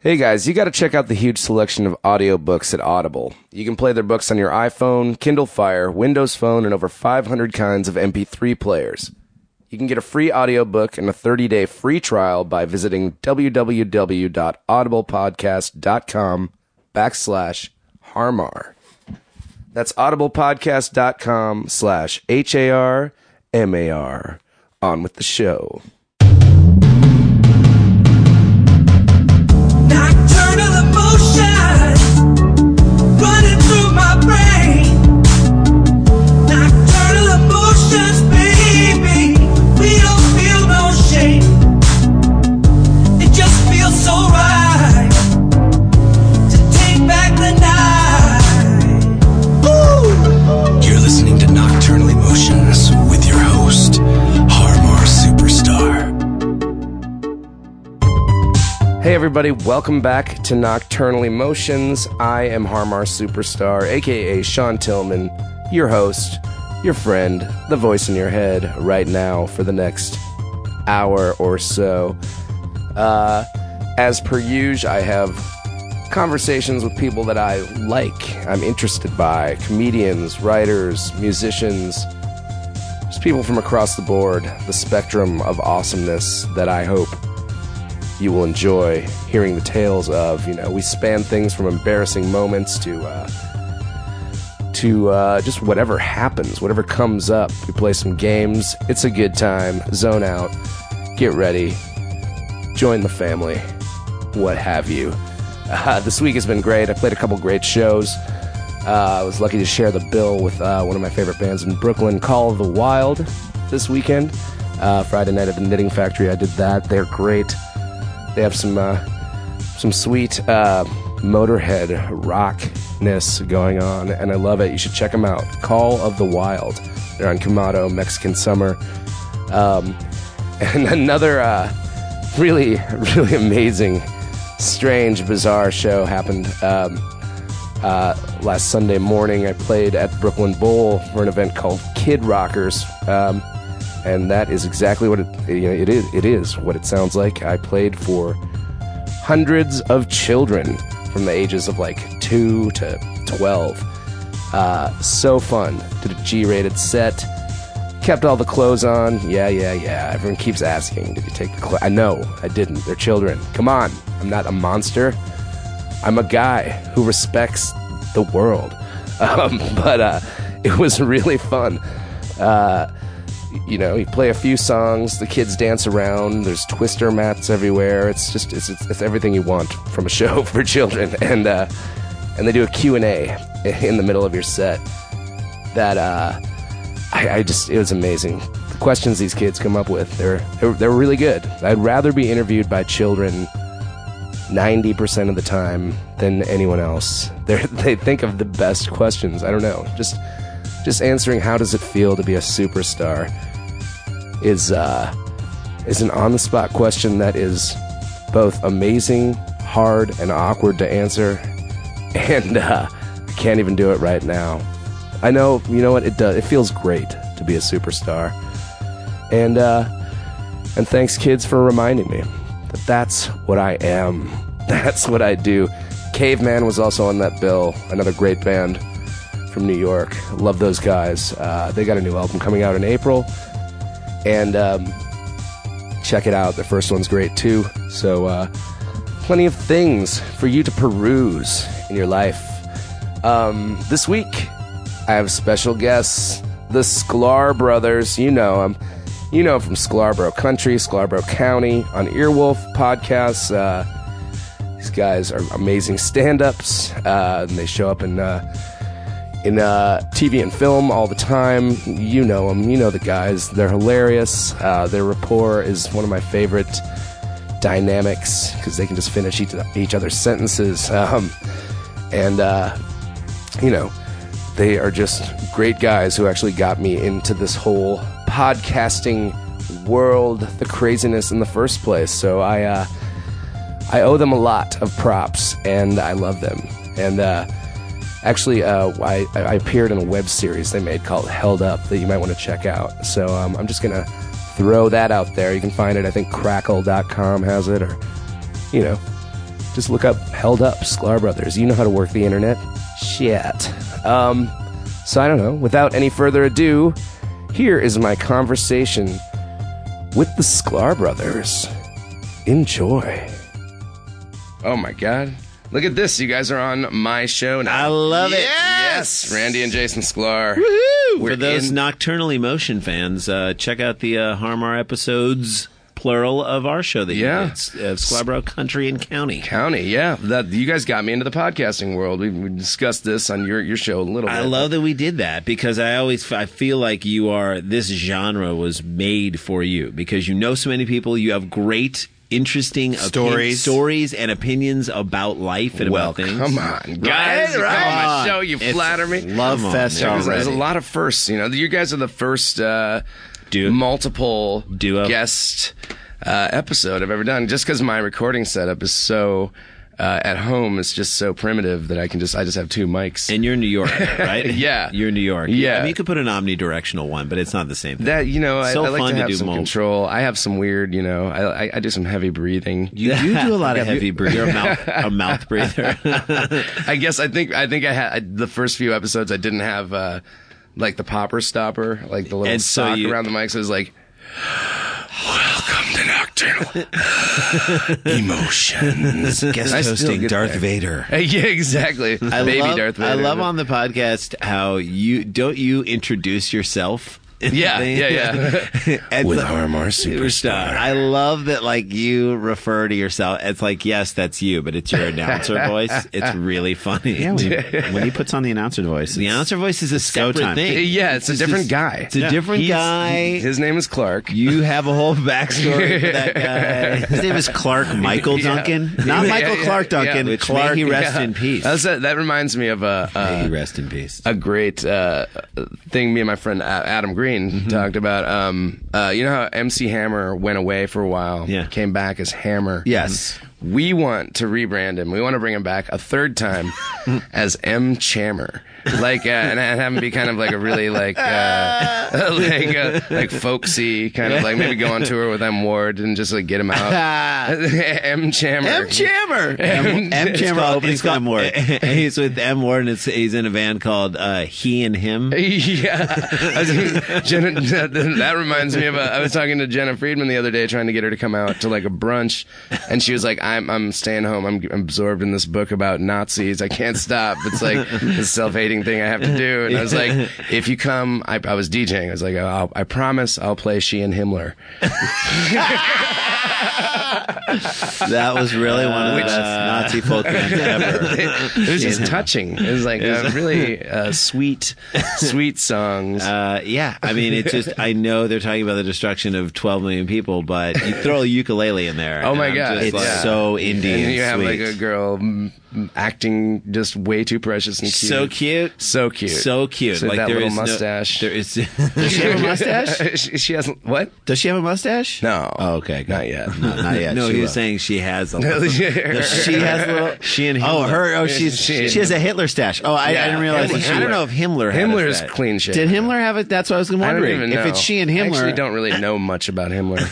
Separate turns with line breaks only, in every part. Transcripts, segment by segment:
Hey guys, you got to check out the huge selection of audiobooks at Audible. You can play their books on your iPhone, Kindle Fire, Windows Phone, and over 500 kinds of MP3 players. You can get a free audiobook and a 30-day free trial by visiting www.audiblepodcast.com backslash harmar. That's audiblepodcast.com slash H-A-R-M-A-R. On with the show.
Nocturnal emotions running through my brain. Nocturnal emotions, baby. We don't feel no shame. It just feels so right to take back the night.
You're listening to Nocturnal Emotions with your host, Harmar Superstar.
Hey everybody, welcome back to Nocturnal Emotions. I am Harmar Superstar, aka Sean Tillman, your host, your friend, the voice in your head right now for the next hour or so. Uh, as per usual, I have conversations with people that I like, I'm interested by comedians, writers, musicians, just people from across the board, the spectrum of awesomeness that I hope you will enjoy hearing the tales of. You know, we span things from embarrassing moments to uh, to uh, just whatever happens, whatever comes up. We play some games. It's a good time. Zone out. Get ready. Join the family. What have you? Uh, this week has been great. I played a couple great shows. Uh, I was lucky to share the bill with uh, one of my favorite bands in Brooklyn, Call of the Wild, this weekend. Uh, Friday night at the Knitting Factory, I did that. They're great. They have some uh, some sweet uh, Motorhead rockness going on, and I love it. You should check them out. Call of the Wild. They're on Kamado, Mexican Summer, um, and another uh, really really amazing, strange, bizarre show happened. Um, uh, last Sunday morning, I played at the Brooklyn Bowl for an event called Kid Rockers, um, and that is exactly what it you know, it is. It is what it sounds like. I played for hundreds of children from the ages of like two to twelve. Uh, so fun. Did a G-rated set. Kept all the clothes on. Yeah, yeah, yeah. Everyone keeps asking, "Did you take the clothes?" I know I didn't. They're children. Come on, I'm not a monster. I'm a guy who respects the world. Um, but uh, it was really fun. Uh, you know, you play a few songs, the kids dance around. There's twister mats everywhere. It's just it's, it's, it's everything you want from a show for children. And uh, and they do a Q and A in the middle of your set. That uh, I, I just it was amazing. The questions these kids come up with they're they're, they're really good. I'd rather be interviewed by children 90% of the time than anyone else. They're, they think of the best questions. I don't know. Just just answering how does it feel to be a superstar is uh, is an on the spot question that is both amazing, hard, and awkward to answer. And uh, I can't even do it right now. I know, you know what? It does. It feels great to be a superstar. And uh, and thanks, kids, for reminding me that that's what I am. That's what I do. Caveman was also on that bill, another great band from New York. Love those guys. Uh, they got a new album coming out in April. And um, check it out. The first one's great too. So, uh, plenty of things for you to peruse in your life. Um, this week, I have special guests, the Sklar brothers. You know them. You know 'em from Sklarborough Country, Sklarborough County, on Earwolf podcasts. Uh, these guys are amazing stand-ups, uh, and they show up in uh, in uh, TV and film all the time. You know them. You know the guys. They're hilarious. Uh, their rapport is one of my favorite dynamics because they can just finish each, each other's sentences. Um, and, uh, you know, they are just great guys who actually got me into this whole podcasting world, the craziness in the first place. So I, uh, I owe them a lot of props, and I love them. And uh, actually, uh, I, I appeared in a web series they made called Held Up that you might want to check out. So um, I'm just going to throw that out there. You can find it, I think, crackle.com has it, or, you know, Just look up Held Up, Sklar Brothers. You know how to work the internet. Shit. Um, so I don't know. Without any further ado, here is my conversation with the Sklar Brothers. Enjoy. Oh my God. Look at this. You guys are on my show now.
I love it.
Yes. Randy and Jason Sklar.
Woo! For those
in-
Nocturnal Emotion fans, uh, check out the uh, Harmar episodes, plural, of our show that
Yeah.
you did, S- uh, Scarborough Country and County.
County, yeah. That you guys got me into the podcasting world. We, we discussed this on your your show a little bit.
I love that we did that because I always I feel like you are this genre was made for you because you know so many people you have great interesting opin-
Stories.
stories and opinions about life and
Well,
about things.
come on,
Right?
guys, right?
Come
My
on.
show, you
It's
flatter me.
Love
Come on,
fest
man.
There's,
already.
there's a lot of firsts, you know. You guys are the first uh,
Duo.
multiple
Duo.
guest uh, episode I've ever done. Just because my recording setup is so uh, at home is just so primitive that I can just I just have two mics.
And you're in New York, right?
Yeah.
you're in New York.
Yeah.
I mean, you could put an omnidirectional one, but it's not the same thing.
that you know, I,
So
I like
fun
to
to
have
do
some
multi-
control. I have some weird, you know, I, I, I do some heavy breathing.
You do do a lot of
Yeah,
heavy
you-
breathing. You're a mouth, a mouth breather.
I guess I think I think I had the first few episodes. I didn't have uh, like the popper stopper, like the little
And so
sock
you-
around the mic. So it was like,
Welcome to Nocturnal Emotions. Guest
I still
hosting
get
Darth
there.
Vader.
hey, yeah, exactly,
I
baby
love,
Darth Vader.
I love on the podcast how you don't you introduce yourself. in
Yeah,
the-
yeah, yeah.
And
With
so-
Harmar
Superstar.
Superstar.
I love that, like you refer to yourself. It's like, yes, that's you, but it's your announcer voice. It's really funny.
Yeah, when, he- when he puts on the announcer voice,
the
it's-
announcer voice is a separate
showtime.
thing.
yeah, it's a different guy.
It's a different
He's-
guy.
His name is Clark.
you have a whole backstory for that guy.
His name is Clark Michael
Yeah.
Duncan, not
Yeah,
Michael
yeah,
Clark
yeah.
Duncan.
Which
Which may
Clark.
he rest
Yeah.
in peace.
That's a, that reminds me of a
may
a,
he rest in peace.
a great uh, thing me and my friend uh, Adam Green
Mm-hmm.
talked about. Um, uh, you know how MC Hammer went away for a while,
Yeah.
came back as Hammer.
yes.
We want to rebrand him. We want to bring him back a third time as M. Chammer, like, uh, and, and have him be kind of like a really like, uh, like, uh, like folksy kind of like maybe go on tour with M. Ward and just like get him out. M. Chammer.
M. Chammer.
M-
M.
It's
Chammer
called-
opens
it's called-
M. Ward. he's with M. Ward, and it's, he's in a band called uh, He and Him.
yeah, I was- Jenna, that, that reminds me of. A, I was talking to Jenna Friedman the other day, trying to get her to come out to like a brunch, and she was like, "I'm I'm staying home. I'm absorbed in this book about Nazis. I can't stop. It's like this self-hating thing I have to do." And I was like, "If you come, I, I was DJing. I was like, I'll, I promise, I'll play she and Himmler."
That was really one
Uh,
of the
Which-
best Nazi folk bands ever.
It was just touching. It was like a really uh, sweet, sweet songs.
Uh, yeah, I mean, it's just I know they're talking about the destruction of 12 million people, but you throw a ukulele in there.
Oh my
and I'm
god,
just
yeah.
like, so indie
And
and
you have
sweet.
like a girl mm, mm, acting just way too precious and cute.
so cute,
so cute,
so cute.
So
like
that
there
little
is no-
mustache.
there is
Does she have a mustache?
she, she hasn't what?
Does she have a mustache?
No,
Oh, okay, good.
not yet.
No, not yet.
no.
She
He
will.
was saying she has a. little-
she has a little.
She and
Oh,
Himmler.
her. Oh, she's
She-
she, has a Hitler stash. Oh, I, I didn't realize.
Himmler.
that she
I don't know if Himmler. had
Himmler's
that.
clean shit.
Did Himmler have it? That's what I was
I don't
wondering.
even know.
If it's she and Himmler,
I actually don't really know much about Himmler.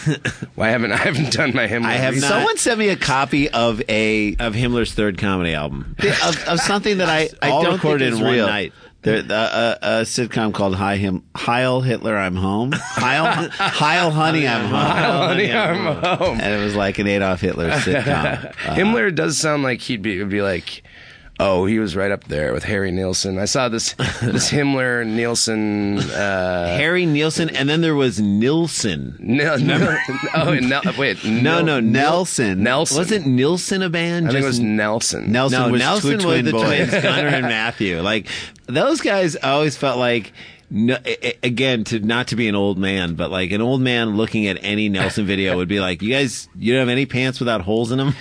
Why haven't I haven't done my Himmler?
I have
research.
not.
Someone sent me a copy of a
of Himmler's third comedy album.
of, of something that I, I
All
don't
recorded
think is
in one
real.
night.
There, uh, uh, a sitcom called Hi Him Heil Hitler I'm Home Heil Heil Honey I'm Home,
Oh, honey, I'm home.
and it was like an Adolf Hitler sitcom.
Uh-huh.
Himmler does sound like he'd be would be like, oh, he was right up there with Harry Nielsen. I saw this this Himmler Nielsen. Uh,
Harry Nielsen, and then there was Nilsson.
Nil, Nil, oh, and Nel, wait,
No,
Nil-
no,
Nelson
Nelson.
Wasn't Nilsson a
I
band?
think it was
Just
Nelson.
Nelson
no,
was
Nelson
two twin
was the
boys.
twins, Gunnar and Matthew. Like those guys, I always felt like. No, a- a- again, to not to be an old man, but like an old man looking at any Nelson video would be like, "You guys, you don't have any pants without holes in them."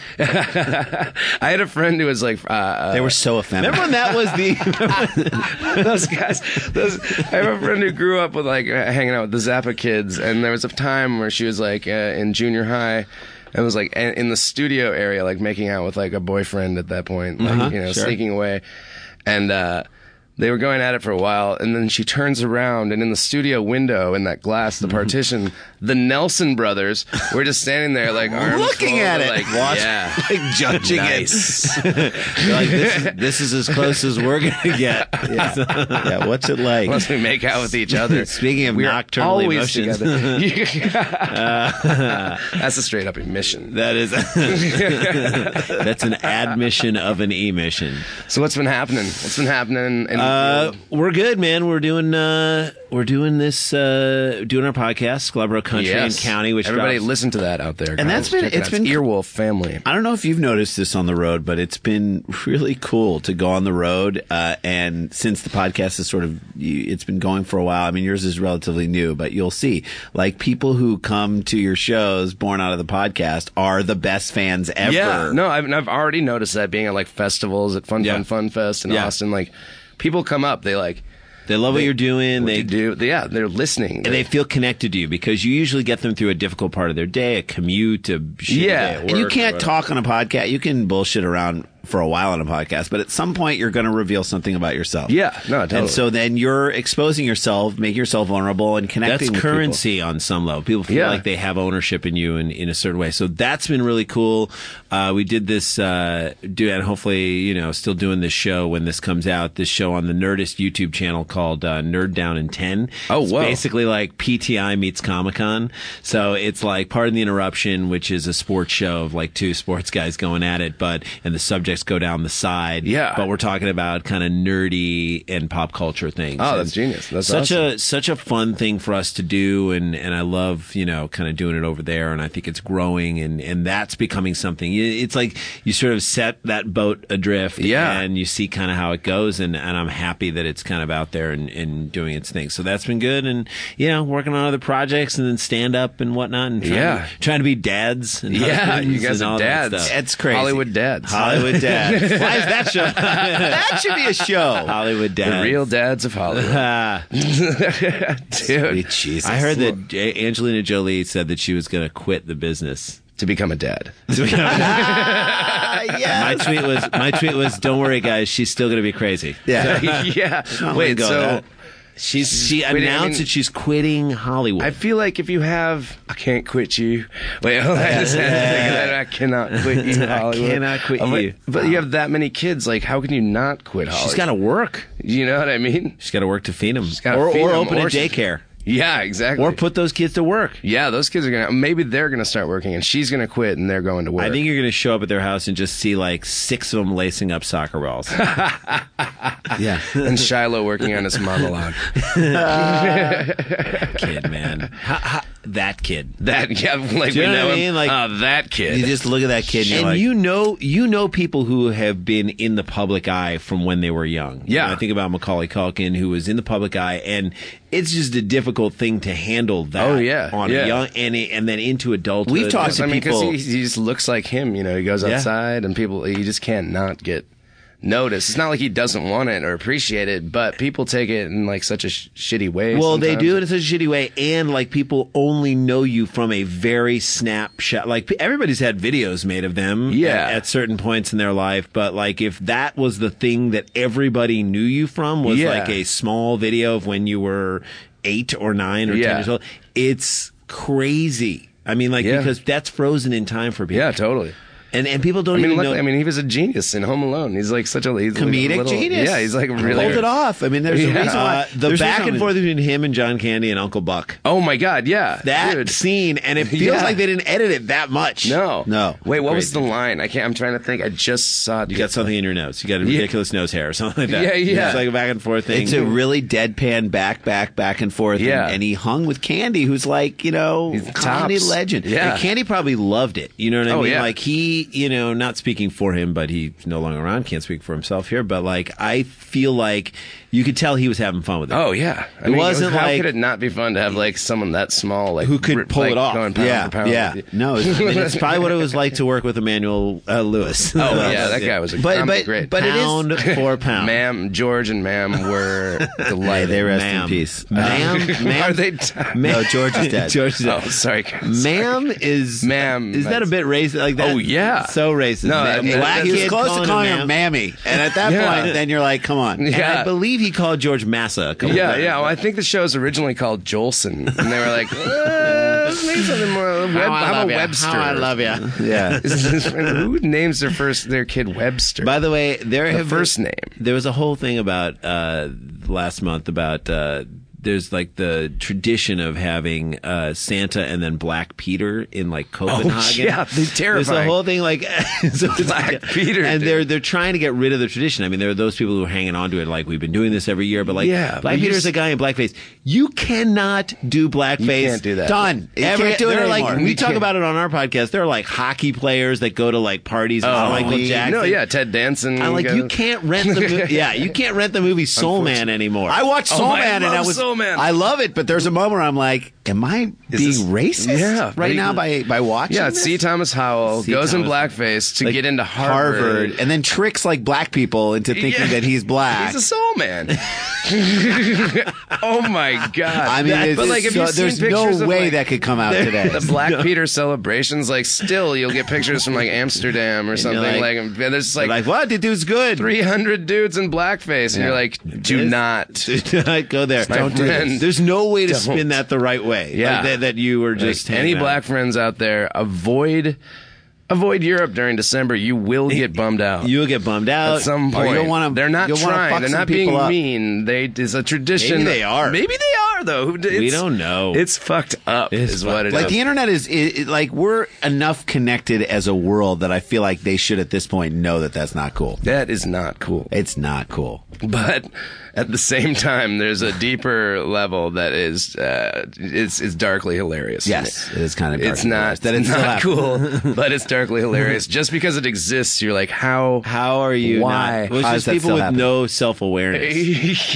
I had a friend who was like, uh, uh,
They were so offended.
Remember when that was the
those guys. Those, I have a friend who grew up with like uh, hanging out with the Zappa kids, and there was a time where she was like uh, in junior high. And was like a- in the studio
Uh-huh,
area, like making out with like a boyfriend at that point, like you know, sneaking away, and uh, They were going at it for a while, and then she turns around, and in the studio window, in that glass,
Mm-hmm.
the partition, the Nelson brothers were just standing there, like arms
Looking
folded,
at it.
like
Watch-
yeah,
Like judging
nice.
You're like this is, this is as close as we're gonna get.
it. Yeah, what's it like?
Unless we make out with each other.
Speaking of
We are
nocturnal
always
emotions. Uh.
together. That's a straight up emission.
That is that's an admission of an emission.
So what's been happening? What's been happening? In
Uh,
the
we're good, man. We're doing uh, we're doing this uh, doing our podcast, Scarborough
field?
Country and County, which
everybody
drops-
listen to that out there.
And
guys.
that's been-
Check it
it's
out.
been-
Earwolf Family.
I don't know if you've noticed this on the road, but it's been really cool to go on the road. Uh, and since the podcast is sort of, you- it's been going for a while. I mean, yours is relatively new, but you'll see like people who come to your shows born out of the podcast are the best fans ever.
Yeah, no, I've, and I've already noticed that being at like festivals at Fun
Yeah.
Fun Fun Fest in
Yeah.
Austin, like people come up, they like
They love what you're doing.
they
they
do, they, yeah, they're listening.
and they feel connected to you because you usually get them through a difficult part of their day, a commute, a
Yeah,
shitty day at
and
And you
work or
can't
whatever.
talk on a podcast. You can bullshit around for a while on a podcast, but at some point you're going to reveal something about yourself.
Yeah, no, totally.
And so then you're exposing yourself, making yourself vulnerable, and connecting.
That's
with people.
currency on some level. People feel
Yeah.
like they have ownership in you in, in a certain way. So that's been really cool. Uh, we did this, uh, do, and hopefully, you know, still doing this show when this comes out, this show on the Nerdist YouTube channel called uh, Nerd Down in 10.
Oh,
It's
whoa.
basically like PTI meets Comic Con. So it's like Pardon the Interruption, which is a sports show of like two sports guys going at it, but, and the subjects go down the side.
Yeah.
But we're talking about kind of nerdy and pop culture things.
Oh,
And
that's genius. That's
such
awesome.
a such a fun thing for us to do and and I love you know kind of doing it over there and I think it's growing and and that's becoming something It- it's like you sort of set that boat adrift
Yeah.
and you see kind of how it goes and and I'm happy that it's kind of out there and, and doing its thing so that's been good and you know working on other projects and then stand up and whatnot and trying,
Yeah.
trying to be dads and
yeah, you
husbands
guys
and all
are
that
dads.
stuff.
It's crazy.
Hollywood dads.
Hollywood Dad. Why is that show? that should be a show.
Hollywood dads
the real dads of Hollywood,
Ah.
dude,
Jesus.
I heard that J- Angelina Jolie said that she was going to quit the business.
to become a dad. Ah,
my tweet was my tweet was don't worry guys, she's still going to be crazy.
Yeah.
yeah,
not
wait,
letting go of
so
that.
She's she
I mean-
announced that she's quitting Hollywood.
I feel like if you have, I can't quit you. Wait, hold on, I just had to think of that. I cannot quit you, Hollywood.
cannot quit
I'm like,
you. Uh-huh.
But you have that many kids. Like, how can you not quit Hollywood?
she's got to work.
You know what I mean?
She's got to work to feed them,
gotta
or,
feed
or
'em,
open a
or she-
daycare,
Yeah, exactly.
or put those kids to work.
Yeah, those kids are gonna. Maybe they're gonna start working, and she's gonna quit, and they're going to work.
I think you're going to show up at their house and just see like six of them lacing up soccer balls.
Yeah.
and Shiloh working on his monologue.
kid, man, ha, ha, that kid.
That yeah, like
Do you
we
know
know
what I
him.
mean? Like-
uh, that kid.
You just look at that kid and,
and
you're like,
you know you know people who have been in the public eye from when they were young. You
Yeah.
know, I think about Macaulay Culkin who was in the public eye, and it's just a difficult thing to handle that.
Oh, yeah,
on
yeah.
a young and and then into adulthood.
We've talked to
Uh, I mean, because
people-
he, he just looks like him. You know, he goes
Yeah.
outside, and people. You just can't not get noticed. It's not like he doesn't want it or appreciate it, but people take it in like such a sh- shitty way.
Well, they
sometimes.
do it in such a shitty way, and like people only know you from a very snapshot. Like pe- everybody's had videos made of them,
Yeah.
at, at certain points in their life. But like, if that was the thing that everybody knew you from, was
Yeah.
like a small video of when you were eight or nine or
Yeah.
ten years old, it's crazy. I mean, like
Yeah.
because that's frozen in time for people.
Yeah, totally.
and and people don't
I mean,
even
luckily,
know.
I mean, he was a genius in Home Alone. He's like such a he's like a
comedic
little-
genius.
Yeah, he's like really
Hold it off. I mean, there's
Yeah.
a reason why
uh, the
there's a
back
reason
and
why-
forth between him and John Candy and Uncle Buck.
Oh my god, yeah,
that
Dude.
scene, and it feels
Yeah.
like they didn't edit it that much.
No,
No.
Wait, what was
Crazy.
the line? I can't. I'm trying to think. I just saw. it.
You got something in your nose. You got a ridiculous nose hair or something like that.
Yeah, yeah.
It's like a back and forth thing.
It's a really deadpan back, back, back and forth. and-
Yeah.
And, he hung with Candy, who's like, you know,
He's
comedy
tops.
legend.
Yeah.
And Candy probably loved it. You know what I
Oh,
mean?
yeah.
Like he, you know, not speaking for him, but he's no longer around. Can't speak for himself here. But like, I feel like you could tell he was having fun with it.
Oh yeah, I
It wasn't
how
like-
could it not be fun to have like someone that small, like
Who could
rip-
pull
like,
it off.
going pound
yeah.
for pound
yeah.
with you.
No, it's,
I mean, it's probably what it was like to work with Emmanuel uh, Lewis.
Oh yeah, that guy was a
But-
I'm
but-
great.
but- it is-
pound for pound.
ma'am, George and ma'am were delighted.
they rest in
Ma'am.
peace.
Ma'am, ma'am.
Are they?
No, George is dead.
George is
oh,
dead.
sorry, guys.
Ma'am is
Ma'am,
Is that a
that's-
bit racist? Like that?
Oh, yeah. Yeah.
So racist.
No,
man.
I mean,
black
that's-
he was
kid
close to calling her
ma'am.
mammy, and at that
Yeah.
point, then you're like, come on.
Yeah.
And I believe he called George Massa. A couple
Yeah,
times.
yeah. Well, I think the show was originally called Jolson, and they were like, uh, let's make something more. Web,
How I
I'm
love
a
ya.
Webster.
How I love you. Yeah.
Who names their first their kid Webster?
By the way, there
the
have
first name.
There was a whole thing about uh, last month about uh, there's like the tradition of having uh, Santa and then Black Peter in like Copenhagen.
Oh, yeah, they're
There's
terrifying.
the whole thing like so it's
Black Peter,
and
dude.
they're they're trying to get rid of the tradition. I mean, there are those people who are hanging on to it, like we've been doing this every year, but like
Yeah, but
Black
you s-
Peter's a guy in blackface. You cannot do blackface.
You can't do that.
Done. You
Every,
can't do it
they're like-
anymore.
we
You
talk
can't.
about it on our podcast. There are like hockey players that go to like parties. with Michael Jackson.
No, Oh, yeah, Ted Danson.
I'm like,
goes-
you can't rent the movie. Yeah, you can't rent the movie Soul Man anymore.
I watched Soul
my- Oh, I
Man, and I
love
was
Soul Man.
I love it, but there's a moment where I'm like, am I being
this-
racist?
Yeah,
right
right.
now by by watching.
Yeah,
this?
C. Thomas Howell
C.
goes in
Thomas-
blackface to
Like,
get into Harvard.
and then tricks like black people into thinking
Yeah.
that he's black.
He's a soul man. oh my god!
I mean, it's,
but like, have
it's
you
so-
seen
there's
pictures
no
of,
way
like,
that could come out today.
the Black Peter celebrations, like still you'll get pictures from like Amsterdam or something.
like-
Like, and there's just, like,
like, what? The dude's good.
300 dudes in blackface, and
Yeah.
you're like, do
This-
not.
Do not go there.
My Don't do friend. this.
There's no way to
Don't.
spin that the right way.
Yeah.
Like, that, that you were just
Like, any
hanging out.
black friends out there, avoid avoid Europe during December. You will get bummed out.
You'll get bummed out.
at some
Or
point,
you'll wanna-
they're not
you'll wanna fuck
trying. They're
some
not being
people up.
mean. They it's a tradition.
Maybe they are.
Maybe they are though. Who- it's-
don't know.
It's fuckti up.
It's
is
fucked
what it is.
like the internet is, is, is- like we're enough connected as a world that I feel like they should at this point know that that's not cool.
that is not cool.
It's not cool.
but at the same time, there's a deeper level that is uh, it's it's darkly hilarious. to
Yes,
me.
it is kind of
It's
darkly
not
hilarious that it's still
not
happening.
cool, but it's darkly hilarious. Just because it exists, you're like, how?
How are you?
Why?
Not, well, it's
How
just
does that
people
still
with
happen?
no self awareness.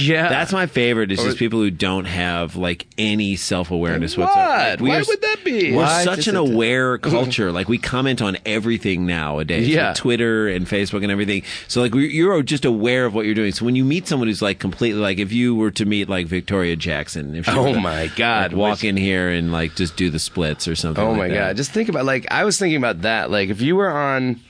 yeah,
That's my favorite. Is just people who don't have like any self awareness
What?
whatsoever. Like, we
Why
are s-
would that be?
We're
Why
such
does
an
it-
aware culture. Like we comment on everything nowadays.
Yeah.
with Twitter and Facebook and everything. So like we- you're just aware of what you're doing. So when you meet someone who's like completely like if you were to meet like Victoria Jackson, if she
Oh
were to,
my God,
like, walk in here and like just do the splits or something.
Oh
like
my
that.
god! Just think about like I was thinking about that. Like if you were on,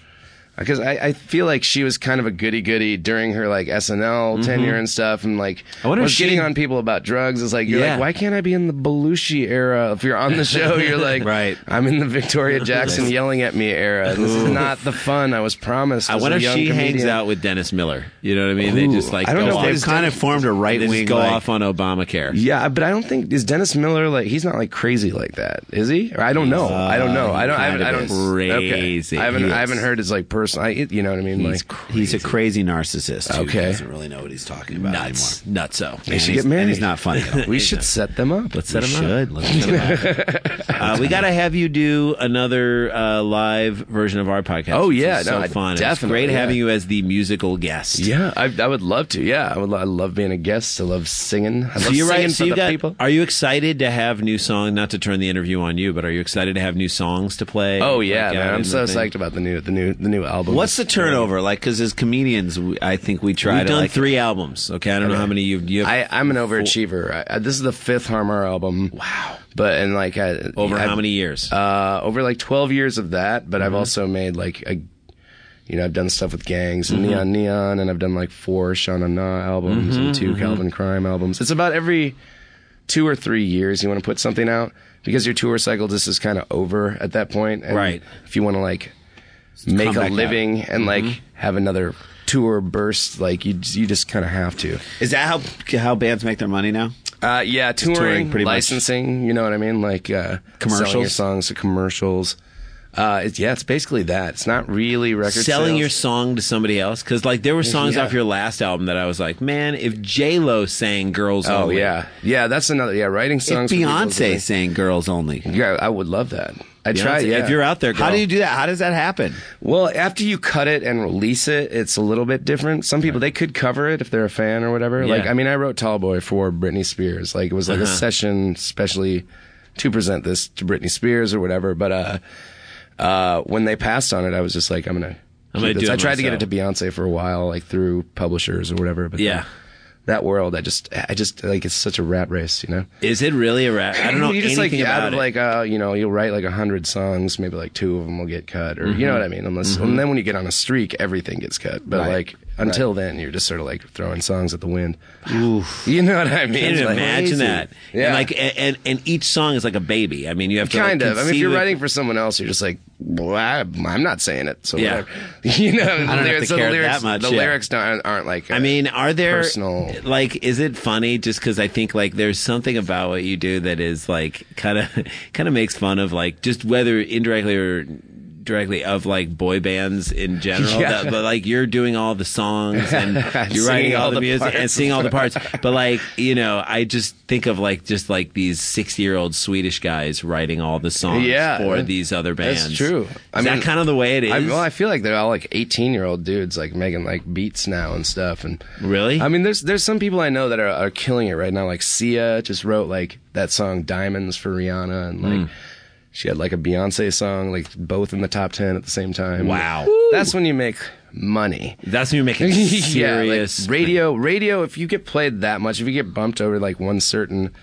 because I, I feel like she was kind of a goody goody during her like SNL tenure and stuff, and like
Mm-hmm. I wonder if
was
she-
getting on people about drugs. It's like you're
Yeah.
like, why can't I be in the Belushi era? If you're on the show, you're like,
Right.
I'm in the Victoria Jackson yelling at me era. This is not the fun I was promised.
I
as a
wonder if
young
she hangs
comedian.
out with Dennis Miller. You know what I mean? they
Ooh,
just like
I don't
go
know if
off.
They've kind of formed a right
they
wing
just go
like,
off on Obamacare.
Yeah, but I don't think is Dennis Miller like he's not like crazy like that, is he? Or I don't
Uh,
know. I don't know. I don't. I
kind
haven't. I
of
don't.
is.
okay.
Crazy.
I haven't.
He
I haven't
is.
heard his like personal. I, you know what I mean?
He's,
like,
cr- he's a crazy narcissist. who
Okay.
doesn't really know what he's talking about
Nuts.
anymore.
Nutso.
And
should get
he's-
married.
And he's not funny. At all.
we should set them up.
Let's set
We
him up.
should. Let's set 'em up.
Uh, we got to have you do another uh, live version of our podcast.
Oh,
This
yeah,
is
no,
so
I-
fun. It's
definitely,
great
yeah.
having you as the musical guest.
Yeah, I, I would love to. Yeah, I would. lo- I love being a guest. I love singing. I love
So you're
singing
right.
for
So you
the
got,
people.
Are you excited to have new song? Not to turn the interview on you, but are you excited to have new songs to play?
Oh yeah,
Like, out
man!
in
I'm
the
so
thing?
psyched about the new the new the new album.
What's the turnover like? Because as comedians, we- I think we try
We've
to
done
like,
three albums. Okay, I don't know how many you've. You have
I, I'm an overachiever. I, I, this is the fifth Harmar album. Wow! But and like I,
over
I've-
how many years?
uh, over like 12 years of that, but I've
Mm-hmm.
also made like a, you know, I've done stuff with gangs
Mm-hmm.
and Neon Neon, and I've done like four Shauna Na albums and 2
Mm-hmm.
Calvin Crime albums. It's about every two or three years you want to put something out because your tour cycle just is kind of over at that point. And
Right.
If you want to like make
back
a
out. Mm-hmm.
living and like have another tour burst, like you you just kind of have to.
Is that how how bands make their money now?
Uh, yeah, touring,
touring, pretty much.
licensing. You know what I mean? Like uh,
Commercials?
selling your songs to commercials. Uh, it's, yeah, it's basically that. It's not really record
selling
sales.
your song to somebody else because like there were songs
Yeah.
off your last album that I was like, man, if J Lo sang "Girls
Oh
Only,"
yeah, yeah. That's another. Yeah, writing songs.
if
for people is the
Beyonce
thing.
sang "Girls Only,"
Yeah, I would love that. I
Beyonce,
try. Yeah.
If you're out there, girl,
how do you do that? How does that happen?
Well, after you cut it and release it, it's a little bit different. Some people they could cover it if they're a fan or whatever.
Yeah. Uh-huh.
Like I mean, I wrote Tallboy for Britney Spears. Like it was like a session specially to present this to Britney Spears or whatever. But uh, uh, when they passed on it, I was just like, I'm gonna.
I'm gonna
keep this.
do it
I tried to get it
myself.
to Beyonce for a while, like through publishers or whatever. But
Yeah.
then that world, I just, I just like it's such a rat race, you know.
Is it really a rap? I don't know
you just like
anything
yeah, out
about
of
it.
like uh, you know, you'll write like a hundred songs, maybe like two of them will get cut, or
Mm-hmm.
you know what I mean. Unless and then when you get on a streak, everything gets cut. But like until then, you're just sort of like throwing songs at the wind. You know what I mean?
Can
It's
you
like
imagine
crazy.
that?
Yeah,
And like and, and and each song is like a baby. I mean, you have to like,
kind of. I mean, if
conceive
you're
it-
writing for someone else, you're just like, well, I, am not saying it. So
Yeah.
whatever. you know, I
have to care that
lyrics,
much,
the
yeah.
lyrics don't, aren't like.
I mean, are there
personal-
like is it funny just cuz I think like there's something about what you do that is like kind of kind of makes fun of like just whether indirectly or directly of like boy bands in general
Yeah.
that, but like you're doing all the songs and you're writing
Singing
all,
all
the
the
music and
parts.
singing all the parts but like you know I just think of like just like these 60 year old Swedish guys writing all the songs
Yeah.
for these other bands
That's true. I
is
mean,
that kind of the way it is
I, well, I feel like they're all like 18 year old dudes, like making like beats now and stuff. And
Really?
I mean, there's there's some people I know that are, are killing it right now. Like Sia just wrote like that song "Diamonds" for Rihanna, and
Hmm.
like she had like a Beyonce song, like both in the top 10 at the same time.
Wow.
that's when you make money.
that's when you're making
yeah, like
serious
radio, radio. If you get played that much, if you get bumped over like one certain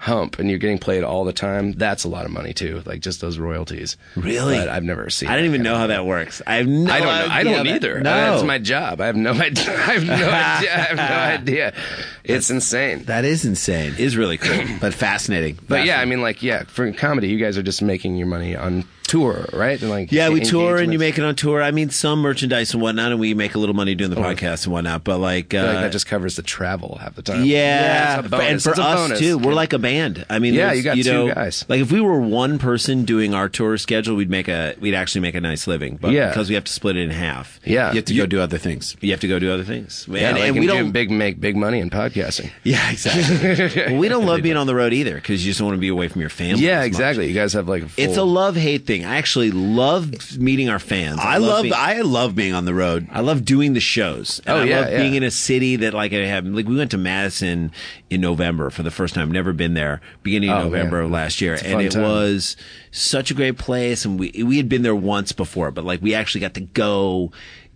hump, and you're getting played all the time, that's a lot of money too. Like just those royalties.
Really?
But I've never seen.
I don't
that
even
kind of
know how that works. I have no
I don't know. I
idea how
don't
that-
either.
No.
That's my job. I have no idea. I have no idea. I have no idea. It's insane.
That is insane.
It's really cool.
but fascinating.
But yeah, I mean, like, yeah, for comedy, you guys are just making your money on tour, right? And like,
yeah, we tour and you
engagements.
make it on tour. I mean, some merchandise and whatnot, and we make a little money doing the podcast and whatnot. But like, uh,
I feel like that just covers the travel half the time.
yeah,
it's a
but- and
bonus.
for
It's a
us
bonus.
too, we're like a band. I mean,
Yeah,
there's-
you got two
know,
guys.
Like if we were one person doing our tour schedule, we'd make a we'd actually make a nice living. But
Yeah.
because we have to split it in half,
yeah,
you have to go do other things.
you have to go do other things.
yeah,
and,
like,
and we don't
big make big money in podcasting.
Yeah, exactly. well, we don't love being on the road either because you just want to be away from your family.
Yeah,
as much.
exactly. You guys have like a full,
It's a love hate thing. I actually love meeting our fans.
I love
being-
I love being on the road.
I love doing the shows. And
Oh,
I
yeah,
love
yeah.
being in a city that like I have like we went to Madison in November for the first time. Never been there. Beginning of
Oh,
November
man.
of last year.
a
And
fun
it
time.
was such a great place and we we had been there once before, but like we actually got to go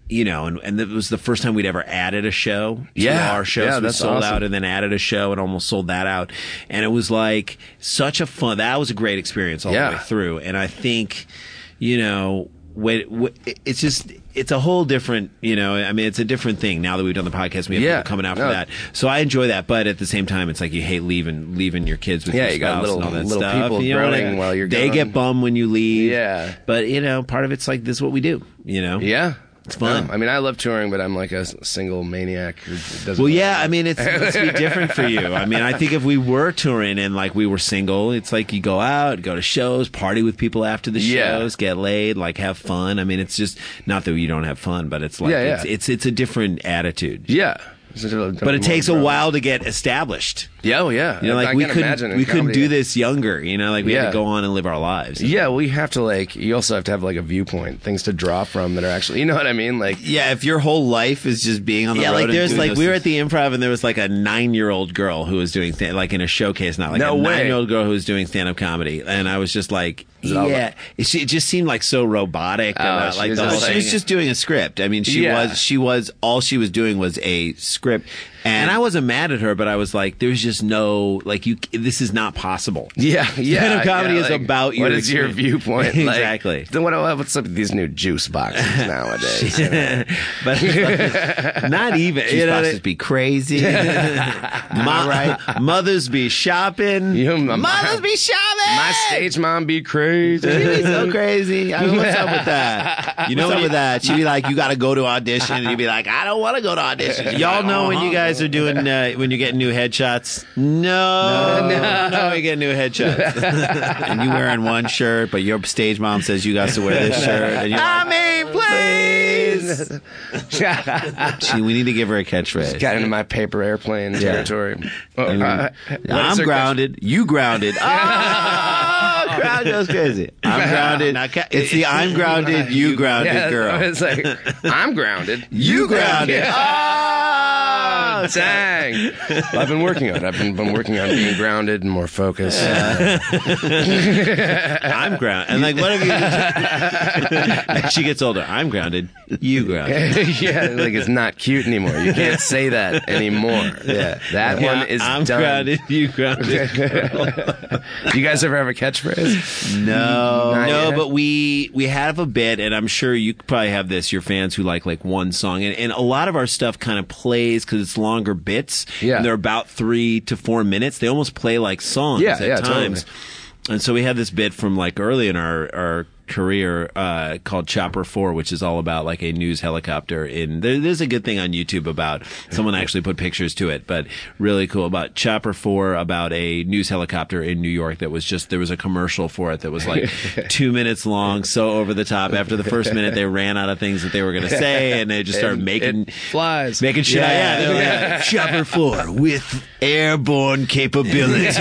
you know, and, and it was the first time we'd ever added a show to
Yeah.
our show.
Yeah,
so we
that's
sold
awesome.
out and then added a show and almost sold that out. And it was like such a fun, that was a great experience all
Yeah.
the way through. And I think, you know, when, when- it's just, it's a whole different, you know, I mean, it's a different thing now that we've done the podcast. We have
Yeah.
people coming out for
No.
that. So I enjoy that. But at the same time, it's like you hate leaving, leaving your kids with
Yeah,
your
you got
spouse
little-
and all that
little
stuff.
people
you know,
growing
like,
while you're
They
gone.
get bummed when you leave.
Yeah.
But, you know, part of it's like, this is what we do, you know?
yeah.
It's fun.
No, I mean, I love touring, but I'm like a s- single maniac who doesn't.
Well,
really
yeah. I mean, it's, it must be different for you. I mean, I think if we were touring and like we were single, it's like you go out, go to shows, party with people after the
Yeah.
shows, get laid, like have fun. I mean, it's just not that you don't have fun, but it's like
Yeah, yeah.
It's, it's it's a different attitude.
yeah.
But it takes a while to get established.
Yeah, oh, yeah.
You know, like
I
we
can imagine
couldn't
in
we couldn't
comedy,
do
yeah.
this younger. You know, like we had
Yeah.
to go on and live our lives.
Yeah, well, you have to like. You also have to have like a viewpoint, things to draw from that are actually. You know what I mean? Like,
Yeah, if your whole life is just being on the
yeah,
road.
like
and
there's
doing
like
those
we were
things.
at the improv and there was like a nine year old girl who was doing stand- like in a showcase, not like
No
a
way.
nine year old girl who was doing stand up comedy, and I was just like,
all
yeah, it, she- it just seemed like so robotic. about,
she
like
was
the
Well,
whole
just
Oh, she was
thing.
just doing a script. I mean, she
Yeah.
was she was all she was doing was a script, and,
and I wasn't mad at her, but I was like, there's just no like you. This is not possible.
yeah, yeah.
Stand-up comedy
yeah,
is
like,
about your
What is your
experience.
viewpoint? Like,
Exactly.
Then what? What's up with these new juice boxes nowadays? you know?
But not even.
she's
you know,
supposed to be crazy.
mo- mothers be shopping.
You- my-
mothers be shopping.
My stage mom be crazy.
She'd be so crazy. I mean, what's up with that? You know what's up with that? She'd be like, "You got to go to audition," and you'd be like, "I don't want to go to audition."
Y'all know when you guys are doing uh, when you're getting new headshots. No, no, no, you get new headshots.
and you wearing one shirt, but your stage mom says you got to wear this shirt, and you're like,
I mean, please.
she, "We need to give her a catchphrase."
Got into my paper airplane territory. Oh, uh, what is
I'm
her
grounded. You grounded. Oh, ground goes crazy. I'm grounded.
Now, ca-
It's the I'm grounded,
question?
you grounded
Yeah,
girl.
it's like I'm grounded.
You grounded.
Yeah.
Oh,
Dang. I've been working on it. I've been, been working on being grounded and more focused.
I'm grounded. And like, what if you? As she gets older, I'm grounded. You grounded.
yeah, like it's not cute anymore. You can't say that anymore. Yeah, that
Yeah,
one is
I'm
done.
grounded. You grounded.
Do you guys ever have a catchphrase?
No,
Not
no,
yet.
but we we have a bit, and I'm sure you probably have this. Your fans who like like one song, and, and a lot of our stuff kind of plays because it's longer bits.
Yeah.
and they're about three to four minutes. They almost play like songs.
Yeah,
at
yeah, totally.
times. And so we had this bit from like early in our our career uh, called Chopper Four, which is all about like a news helicopter. In there, there's a good thing on YouTube about someone actually put pictures to it, but really cool about Chopper Four about a news helicopter in New York that was just there was a commercial for it that was like two minutes long, so over the top. After the first minute, they ran out of things that they were going to say, and they just started making
flies.
making shit. Yeah, yeah, Chopper Four with airborne capabilities.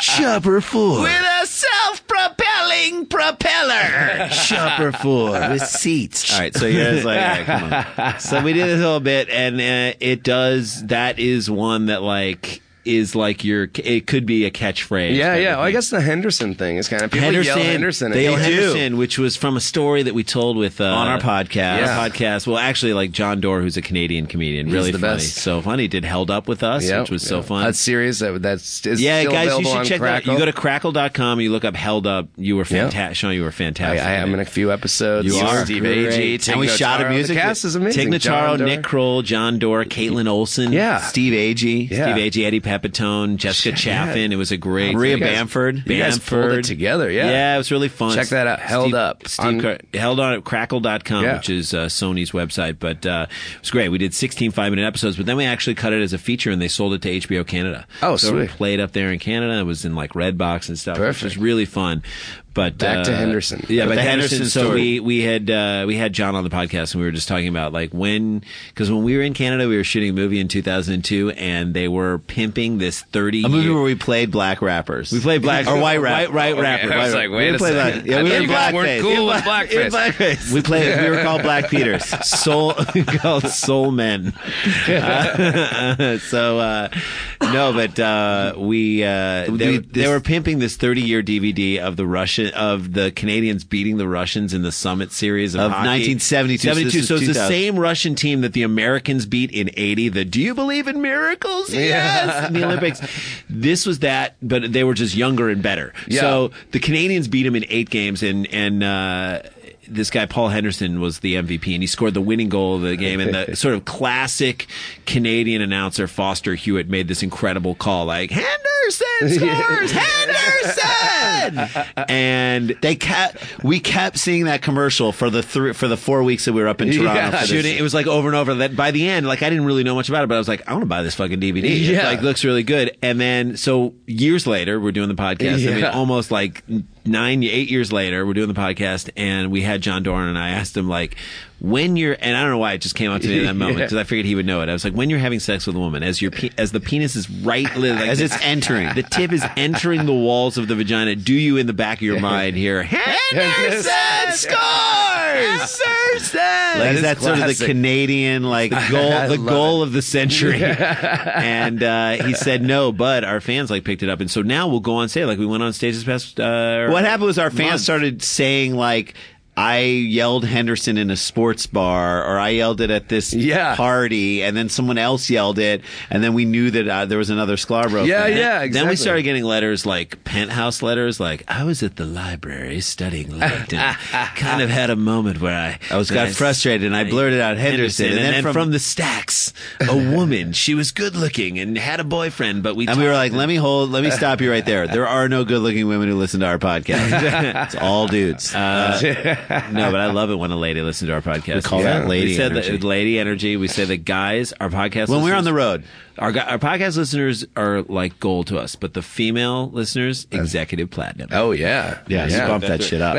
Chopper Four with a self-propelling propeller. Chopper Four with seats. All right, so yeah, it's like, all right, come on. So we did this little bit, and uh, it does. That is one that like is like your. It could be a catchphrase.
Yeah,
kind
yeah.
of
Well, I
thing.
guess the Henderson thing is kind of people yell Henderson. at
They yell
you.
Henderson, which was from a story that we told with uh,
On our podcast.
yeah.
Yeah.
our podcast. Well, actually, like John Doerr, who's a Canadian comedian, really
the
funny,
best.
so funny. Did held up with us,
Yeah,
which was
yeah.
so fun.
That series that that's is
yeah,
still
guys, you
available
should
on
check that. out.
Crackle.
You go to crackle.com, you look up held up. You were
Yeah.
fantastic. Sean, you were fantastic.
I, I am in a few episodes.
You are.
Steve
Great.
Agee,
And we
Tig
shot a
Notaro.
music
The cast is amazing.
Tig Notaro,
John Doerr.
Nick Kroll, John Doerr, Caitlin Olson,
Yeah.
Steve Agee.
Yeah.
Steve Agee, Eddie Pepitone, Jessica Chaffin. It was a great.
Maria
You guys-
Bamford.
You guys pulled
Bamford.
it together. Yeah.
Yeah, it was really fun.
Check that out. Held
Steve-
Up
Steve
on-
Car- held on at crackle.com,
Yeah.
which is uh, Sony's website. But uh, it was great. We did 16 five minute episodes, but then we actually cut it as a feature and they sold it to HBO Canada.
Oh,
so
sweet.
It played up there in Canada. It was in like Redbox and stuff. Which was
Perfect.
really fun. But
Back to
uh,
Henderson.
Yeah,
But
back
the
to Henderson.
Henderson
so
story.
we we had uh, we had John on the podcast and we were just talking about like when because when we were in Canada we were shooting a movie in 2002 and they were pimping this 30
A movie
year
where we played black rappers.
we played black
or white rap.
white, white
Okay,
rapper.
I was like,
white rapper.
wait
We
a
played
second.
black- Yeah,
I
we
thought
were
you guys
black.
weren't cool with blackface.
We
We
played
played. We were called Black Peters.
soul called soul men. Uh, so uh, no, but uh, we uh, they,
We-
they were pimping this 30 year DVD of the Russian of the Canadians beating the Russians in the Summit series of,
Of
hockey.
1972, so
72.
this
So,
is
it's the
2000.
same Russian team that the Americans beat in 80. The Do you believe in miracles? Yes, in the Olympics. This was that, but they were just younger and better.
Yeah.
So the Canadians beat him in eight games, and and uh, this guy Paul Henderson was the MVP, and he scored the winning goal of the game. And the sort of classic Canadian announcer Foster Hewitt made this incredible call, like Henderson scores, Henderson, and
They kept. We kept seeing that commercial for the three, for the four weeks that we were up in Toronto.
Yeah.
for this.
shooting. It was like over and over. That by the end, like I didn't really know much about it, but I was like, I want to buy this fucking DVD. It
Yeah.
like looks really good. And then so years later, we're doing the podcast. I mean,
Yeah.
almost like nine, eight years later, we're doing the podcast, and we had John Doran, and I asked him like. When you're, and I don't know why it just came up to me in that moment
Yeah.
because I figured he would know it. I was like, when you're having sex with a woman, as your pe- as the penis is right, li- like
As
the-
it's entering.
the tip is entering the walls of the vagina. Do you in the back of your mind hear Henderson
Henderson.
scores? Henderson.
Like,
is
that's sort of the
classic.
Canadian like
goal, the
goal. The,
goal of the century. and uh, he said no, but our fans like picked it up, and so now we'll go on stage. Like we went on stage this past. Uh,
what happened was our fans
Month.
started saying like. I yelled Henderson in a sports bar, or I yelled it at this
Yeah.
party, and then someone else yelled it, and then we knew that uh, there was another Scarborough.
Yeah,
fan.
yeah, exactly.
Then we started getting letters like penthouse letters, like I was at the library studying late, and kind of had a moment where I
I was
that
got frustrated and I blurted out Henderson,
and, then, from, the stacks, a woman. She was good looking and had a boyfriend, but we
And we were
talked
like, let me hold, let me stop you right there. There are no good looking women who listen to our podcast. it's all dudes.
No, but I love it when a lady listens to our podcast. Uh, We
call that lady
We said that-
energy.
lady energy. We say that guys, our podcast.
when we're on the
listeners-
road,
our gu- our podcast listeners are like gold to us, but the female listeners, executive platinum.
Oh yeah,
yeah, just bump that shit up.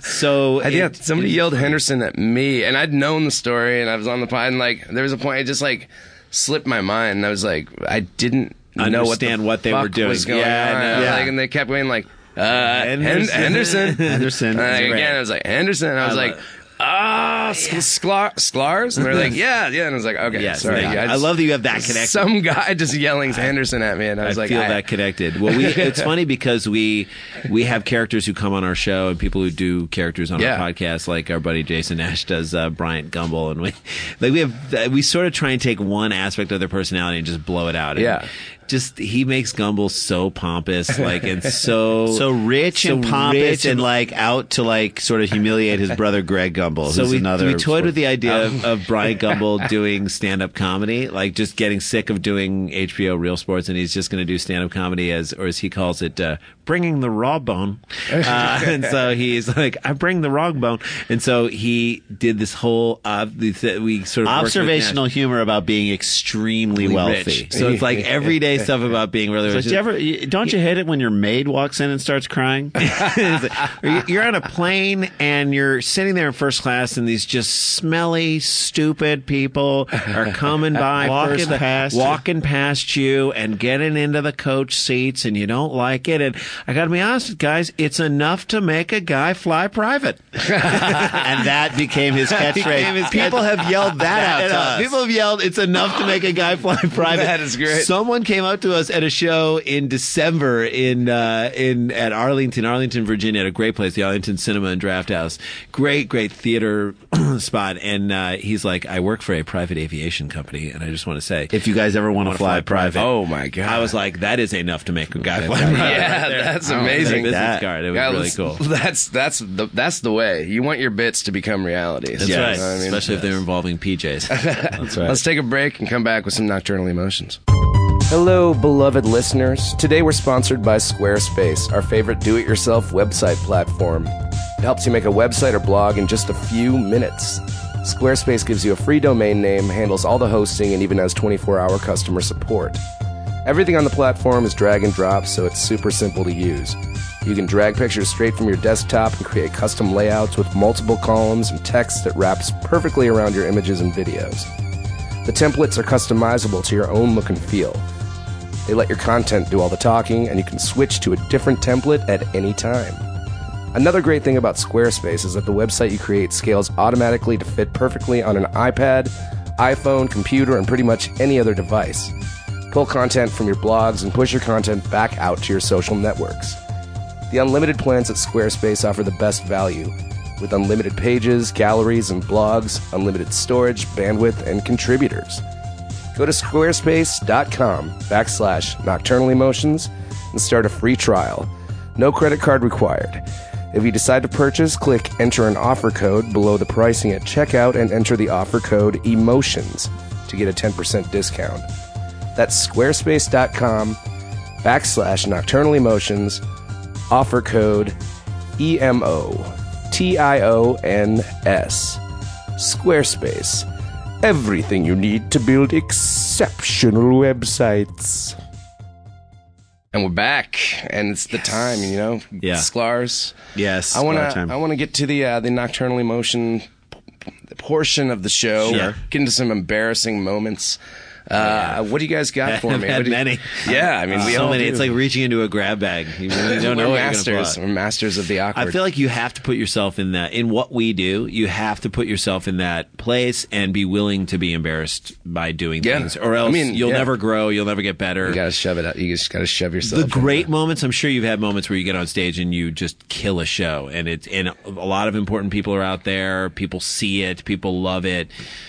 So
I think
it-
somebody yelled Henderson at me, and I'd known the story, and I was on the pod, and like there was a point it just like slipped my mind. And I was like, I didn't know what the
Understand what they
fuck
were doing.
Was going
Yeah, I
on.
know.
Like, and they kept going like uh,
Henderson.
Henderson, Henderson.
Henderson.
And, like,
Right.
again, I was like Henderson. And I was
I
like,
love-
ah, oh, sklar, sklars, and they're like, yeah, yeah, and I was like, okay,
Yes,
sorry,
thank you.
yeah,
I
just-
love that you have that connection.
Some guy just yelling Henderson at me, and I
I
was like,
feel
I-
that connected. Well, we, it's funny because we we have characters who come on our show and people who do characters on
Yeah.
our podcast, like our buddy Jason Nash does uh, Bryant Gumbel, and we like we have uh, we sort of try and take one aspect of their personality and just blow it out. And
Yeah.
just he makes Gumbel so pompous, like and so
So rich and
so
pompous
rich
and, like out to like sort of humiliate his brother Greg Gumbel.
So
who's
we,
another
we toyed with the idea
Oh.
of, of Brian Gumbel doing stand up comedy, like just getting sick of doing HBO Real Sports, and he's just going to do stand up comedy as, or as he calls it, uh, bringing the raw bone. Uh, and so he's like, I bring the raw bone. And so he did this whole, uh, the- that we sort of worked with
observational humor about being extremely
Nash-
wealthy.
rich. So it's like everyday stuff about being really
So
rich.
do you ever, you- don't you hate it when your maid walks in and starts crying?
It's like, you- you're on a plane and you're sitting there in first class, and these just smelly, stupid people are coming by,
Walking
first cla-
past.
walking past you, and getting into the coach seats, and you don't like it. And I got to be honest, with you guys, it's enough to make a guy fly private.
and that became his catchphrase.
became his
People
catch-
have yelled that out
And,
to
uh,
us.
People have yelled, "It's enough to make a guy fly private."
That is great.
Someone came up to us at a show in December in uh, in at Arlington, Arlington, Virginia, at a great place, the Arlington Cinema and Draft House. Great, great theater spot. And uh, he's like, "I work for a private aviation company, and I just want to say,
if you guys ever want to
Wanna
fly,
fly private.
private,
oh my god,
I was like, that is enough to make a guy fly private."
yeah, that's
Oh,
amazing.
Business
that-
card. It was
Yeah,
really
let's-
cool.
That's that's the that's the way you want your bits to become reality.
That's
You know
right,
what I mean?
especially if they're involving PJs. That's right.
Let's take a break and come back with some nocturnal emotions. Hello, beloved listeners. Today we're sponsored by Squarespace, our favorite do it yourself website platform. It helps you make a website or blog in just a few minutes. Squarespace gives you a free domain name, handles all the hosting, and even has 24 hour customer support. Everything on the platform is drag and drop, so it's super simple to use. You can drag pictures straight from your desktop and create custom layouts with multiple columns and text that wraps perfectly around your images and videos. The templates are customizable to your own look and feel. They let your content do all the talking, and you can switch to a different template at any time. Another great thing about Squarespace is that the website you create scales automatically to fit perfectly on an iPad, iPhone, computer, and pretty much any other device. Pull content from your blogs and push your content back out to your social networks. The unlimited plans at Squarespace offer the best value with unlimited pages, galleries, and blogs, unlimited storage, bandwidth, and contributors. Go to squarespace.com backslash nocturnal emotions and start a free trial. No credit card required. If you decide to purchase, click enter an offer code below the pricing at checkout and enter the offer code emotions to get a 10% discount. That's squarespace.com backslash nocturnal emotions offer code E EMOTIONS. Squarespace. Everything you need to build exceptional websites. And we're back, and it's the time, you know.
Yeah.
Sklars.
yes,
I want
our time.
to. I want to get to the uh, the nocturnal emotion p- portion of the show.
Sure.
Get into some embarrassing moments. Uh, What do you guys got for
I've
me?
had
What do you-
many.
Yeah, I mean, we
so
all
many.
do.
It's like reaching into a grab bag. You really don't know
we're
what you're going
masters.
to
We're masters of the awkward.
I feel like you have to put yourself in that in what we do. You have to put yourself in that place and be willing to be embarrassed by doing
Yeah.
things, or else
I mean,
you'll
yeah.
never grow. You'll never get better.
you gotta shove it out. You just gotta shove yourself.
the
in
great moments, I'm sure you've had moments where you get on stage and you just kill a show, and it's and a lot of important people are out there. People see it. People love it.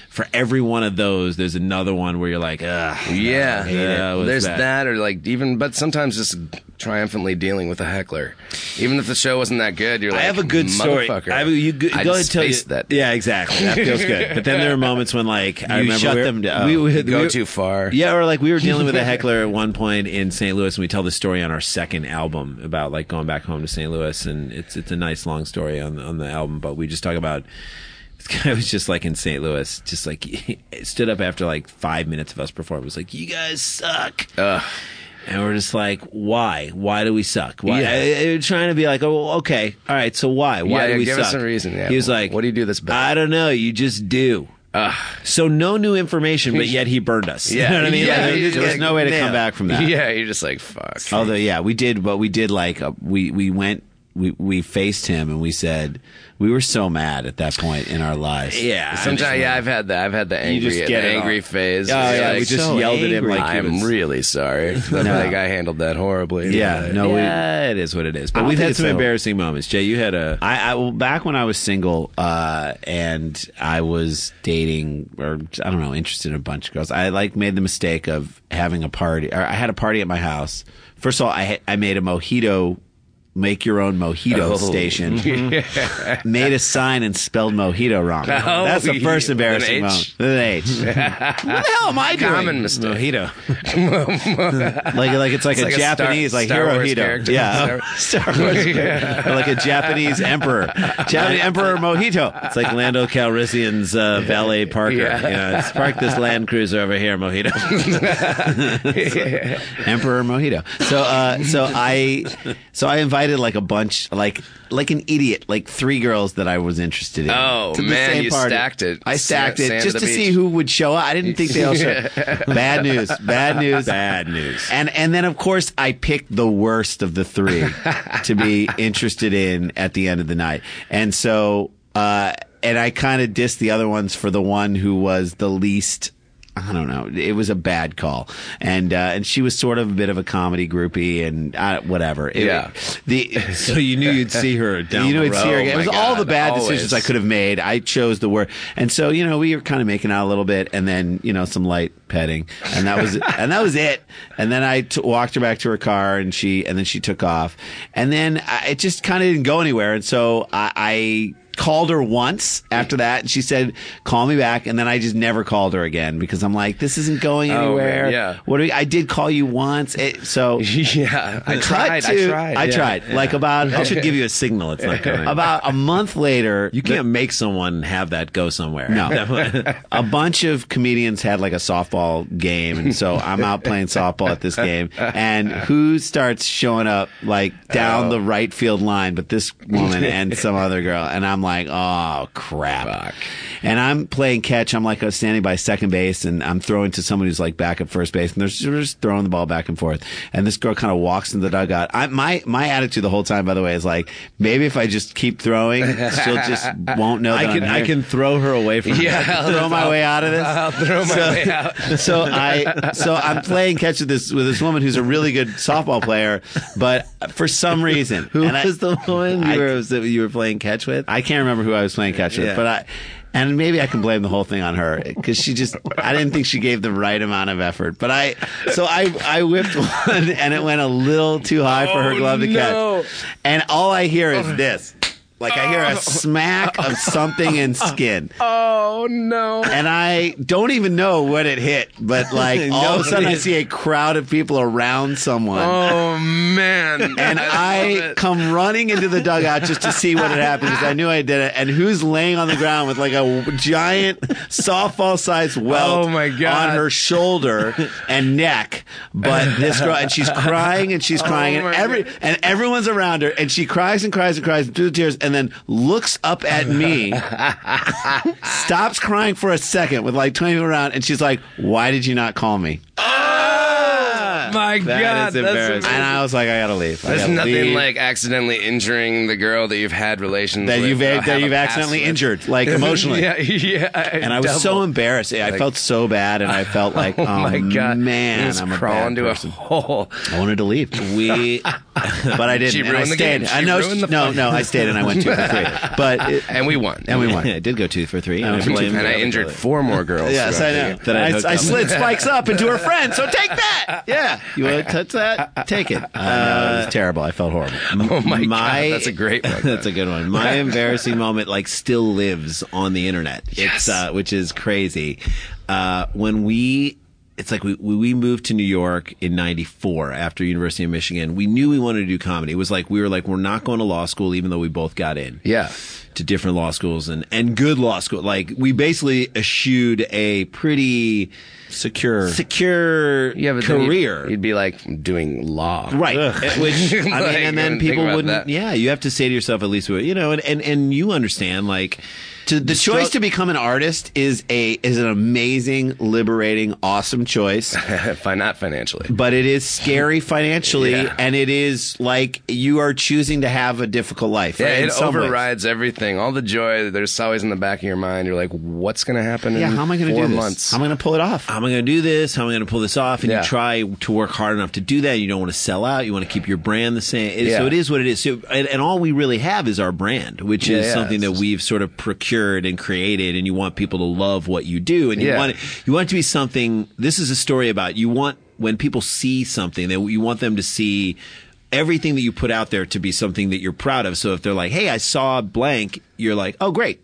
For every one of those, there's another one where you're like, ugh.
there. Yeah,
Yeah, what's
there's that.
that?
or like even, but sometimes just triumphantly dealing with a heckler, even if the show wasn't that good. You're like,
I have a good story.
Motherfucker,
I, you go, go
I
ahead and tell you
spaced that.
Yeah, exactly. That feels good. But then there are moments when, like, I
You
remember
shut
we were-
them down.
We, we,
oh, go
we-
too far.
Yeah, or like we were dealing with a heckler at one point in St. Louis, and we tell the story on our second album about like going back home to St. Louis, and it's it's a nice long story on the, on the album, but we just talk about. This guy was just like in St. Louis, just like stood up after like five minutes of us performing. Was like, "You guys suck," and we're just like, "Why? Why do we suck? Why?"
Yeah.
I- I- trying to be like, "Oh, okay, all right, so why? Why
Yeah,
do
yeah,
we
give
suck?"
us a reason, yeah.
He was like,
What do you do that's better?
I don't know. You just do." So no new information, but yet he burned us.
Yeah.
You know what I mean?
Yeah,
Like,
you
there was no way to
man.
come back from that. Oh,
yeah. You're just like fuck.
Although, yeah, we did, but we did like uh, we we went we we faced him and we said we were so mad at that point in our lives.
Yeah.
Sometimes, yeah, I've had that. I've had the angry,
just get
the
it
angry
off.
phase.
Oh,
It's
yeah,
like,
we just
so
yelled at him
angry.
like he
I'm
was-
really sorry. Like I handled that horribly.
Yeah, no, we-
yeah, it is what it is. But
don't
we've
think
had
it's
some
so-
embarrassing moments. Jay, you had a
I, I well, back when I was single uh, and I was dating or I don't know interested in a bunch of girls. I like made the mistake of having a party. Or I had a party at my house. First of all, I ha- I made a mojito, make your own mojito
Oh.
station. made a sign and spelled mojito wrong.
Oh,
That's the first
yeah.
embarrassing
With an
moment.
H?
With an H. what the hell am I doing?
Common mistake.
mojito.
like like it's like a
like a Star-
Japanese like
Star Wars
Hirohito,
character.
yeah, Star Wars, character. Or like a Japanese emperor, Japanese emperor mojito.
It's like Lando Calrissian's uh, valet Parker.
Yeah.
You know, it's park this Land Cruiser over here, mojito.
Emperor Mojito. So uh, so I so I invited like a bunch like like an idiot like three girls that I was interested in.
Oh,
to the
man,
same
you
party.
stacked it.
I stacked
Sa-
it
sand
just
to
to,
the
see
beach.
who would show up. I didn't think they all showed. bad news. Bad news.
Bad news.
And and then of course I picked the worst of the three to be interested in at the end of the night. And so uh and I kind of dissed the other ones for the one who was the least I don't know. It was a bad call, and uh, and she was sort of a bit of a comedy groupie, and uh, whatever. It-
Yeah.
the
So you knew you'd see her down
you know,
the
it's
road. Oh
here again.
my
It was all the
God,
bad
always.
decisions I could have made. I chose the worst, and so you know, we were kind of making out a little bit, and then you know, some light petting, and that was, and that was it. And then I t- walked her back to her car, and she, and then she took off, and then I, it just kind of didn't go anywhere, and so I. I Called her once after that, and she said, "Call me back." And then I just never called her again because I'm like, "This isn't going
Oh, man,
anywhere."
yeah.
What do we, I did call you once, it, so
yeah. I tried.
to-
I tried.
I
yeah.
tried. Like about
That should give you a signal it's not coming.
about a month later,
you can't make someone have that go somewhere.
No. a bunch of comedians had like a softball game, and so I'm out playing softball at this game. And who starts showing up like
Oh.
down the right field line? But this woman and some other girl, and I'm like, oh crap. And I'm playing catch. I'm like uh, standing by second base, and I'm throwing to someone who's like back at first base, and they're just throwing the ball back and forth. And this girl kind of walks into the dugout. I, my my attitude the whole time, by the way, is like maybe if I just keep throwing, she'll just won't know.
I
That I'm
can
there
I can throw her away from
Yeah.
her.
I'll-
throw my
I'll-
way out of this.
I'll throw my way out.
so I so I'm playing catch with this with this woman who's a really good softball player, but for some reason
Who
and I-
was the woman you
I-
were, was that you were playing catch with?
I can't remember who I was playing catch with,
Yeah.
but I. And maybe I can blame the whole thing on her because she just, I didn't think she gave the right amount of effort. But I, so I, I whipped one and it went a little too high for her
Oh,
glove to
no. Oh.
catch. And all I hear is this. Like I hear a smack of something in skin.
Oh no.
and I don't even know what it hit, but like all of a sudden I see a crowd of people around someone.
Oh man.
And I come running into the dugout just to see what had happened because I knew I did it. And who's laying on the ground with like a giant softball-sized welt
Oh, my God.
on her shoulder and neck. But this girl, and she's crying and she's crying,
Oh my
and every
God.
and everyone's around her, and she cries and cries and cries through the tears, and then looks up at me stops crying for a second with like 20 people around and she's like why did you not call me
Ah, my
That
God,
is
that's
embarrassing.
and i was like i gotta leave I
There's
gotta
nothing
leave.
like accidentally injuring the girl that you've had relations
that
with.
you've
I'll have
that
a
you've
pass
accidentally
with.
injured like emotionally
Yeah, yeah.
and I was so embarrassed. I felt so bad, and I felt like, oh,
my God,
man,
Just
I'm a
crawl
bad
into a
person.
hole.
I wanted to leave. We, but I didn't.
She
and I
ruined the
stayed.
game.
I
She
know.
ruined the
no,
fun.
no, I stayed, and I went two for three. But it-
And we won.
and we won.
Yeah, it did go two for three.
And
I
I went two
blame
for
And
the
I
other
injured
girl.
four more girls.
Yes, I
throughout the
know.
game.
That I
I,
hooked
I
up.
slid spikes up into her friend, so take that.
Yeah. You want to touch that? Take it.
Uh, it was terrible. I felt horrible.
Oh my, God, that's a great one.
that's a good one. My embarrassing moment like still lives on the internet. It's uh, which is crazy. Uh, when we it's like we we moved to New York in 94 after University of Michigan. We knew we wanted to do comedy. It was like we were like we're not going to law school even though we both got in
Yeah.
to different law schools and and good law school. Like we basically eschewed a pretty
Secure.
secure
Yeah, but then you'd-
career.
You'd, be like doing law.
Right. Which, I mean,
Like,
and
I
then
didn't think
people
about
wouldn't,
that.
yeah, you have to say to yourself, at least, you know, and, and, and you understand, like,
to the choice to become an artist is a is an amazing, liberating, awesome choice.
Fi- not financially.
but it is scary financially
Yeah.
and it is like you are choosing to have a difficult life
Yeah,
right, in
it
some ways.
overrides everything. All the joy there's always in the back of your mind. You're like, what's going to happen?
yeah
in
how am i
going to
do this
Months?
how am i going to pull it off
how am I going to do this? How am I going to pull this off? And
Yeah.
you try to work hard enough to do that. You don't want to sell out. You want to keep your brand the same. It-
Yeah.
So it is what it is. So, and, and all we really have is our brand, which
Yeah,
is
yeah.
something
It's
that
just-
we've sort of procured and created. And you want people to love what you do, and you
Yeah.
want it, you want it to be something. This is a story about you want when people see something that you want them to see. Everything that you put out there to be something that you're proud of. So if they're like, "Hey, I saw blank," you're like, "Oh, great,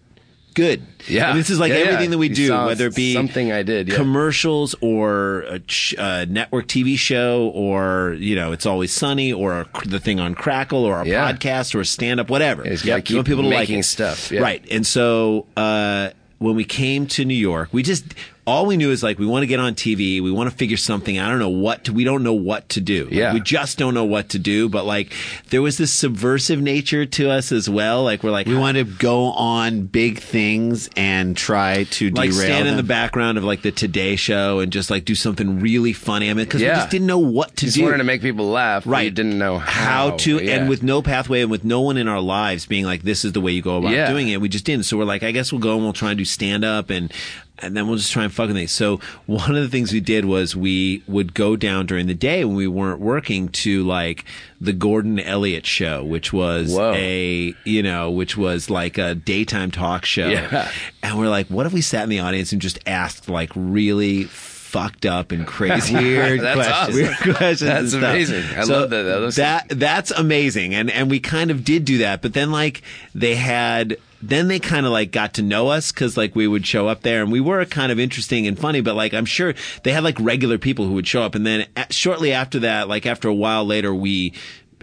good."
Yeah.
And this is like
Yeah, yeah.
everything that we
You
do,
saw
whether it be
something I did, yeah.
commercials or a, ch- a network TV show or, you know, It's Always Sunny or a, the thing on Crackle or a
Yeah.
podcast or stand up, whatever.
you just gotta
You want
keep
people to like
making
it.
stuff, yeah.
Right. And so, uh, when we came to New York, we just, all we knew is like, we want to get on TV. We want to figure something. I don't know what to, we don't know what to do. Like,
Yeah.
we just don't know what to do. But like, there was this subversive nature to us as well. Like, we're like,
we want to go on big things and try to
like
derail
stand in the
them.
background of like the Today Show and just like do something really funny. I mean, because
Yeah.
we just didn't know what to
just
do.
wanted to make people laugh. but
right?
You didn't know how,
to,
Yeah.
and with no pathway and with no one in our lives being like, this is the way you go about
Yeah.
doing it. We just didn't. So we're like, I guess we'll go and we'll try and do stand up and. And then we'll just try and fucking things. So one of the things we did was we would go down during the day when we weren't working to like the Gordon Elliott show, which was
Whoa.
a you know, which was like a daytime talk show.
Yeah.
And we're like, what if we sat in the audience and just asked like really fucked up and crazy weird
That's
questions?
awesome.
Weird questions and
That's
stuff.
amazing. I love that. That looks-
that that's amazing. And and we kind of did do that, but then like they had then they kind of like got to know us because like we would show up there and we were kind of interesting and funny, but like I'm sure they had like regular people who would show up. And then a shortly after that, like after a while later, we.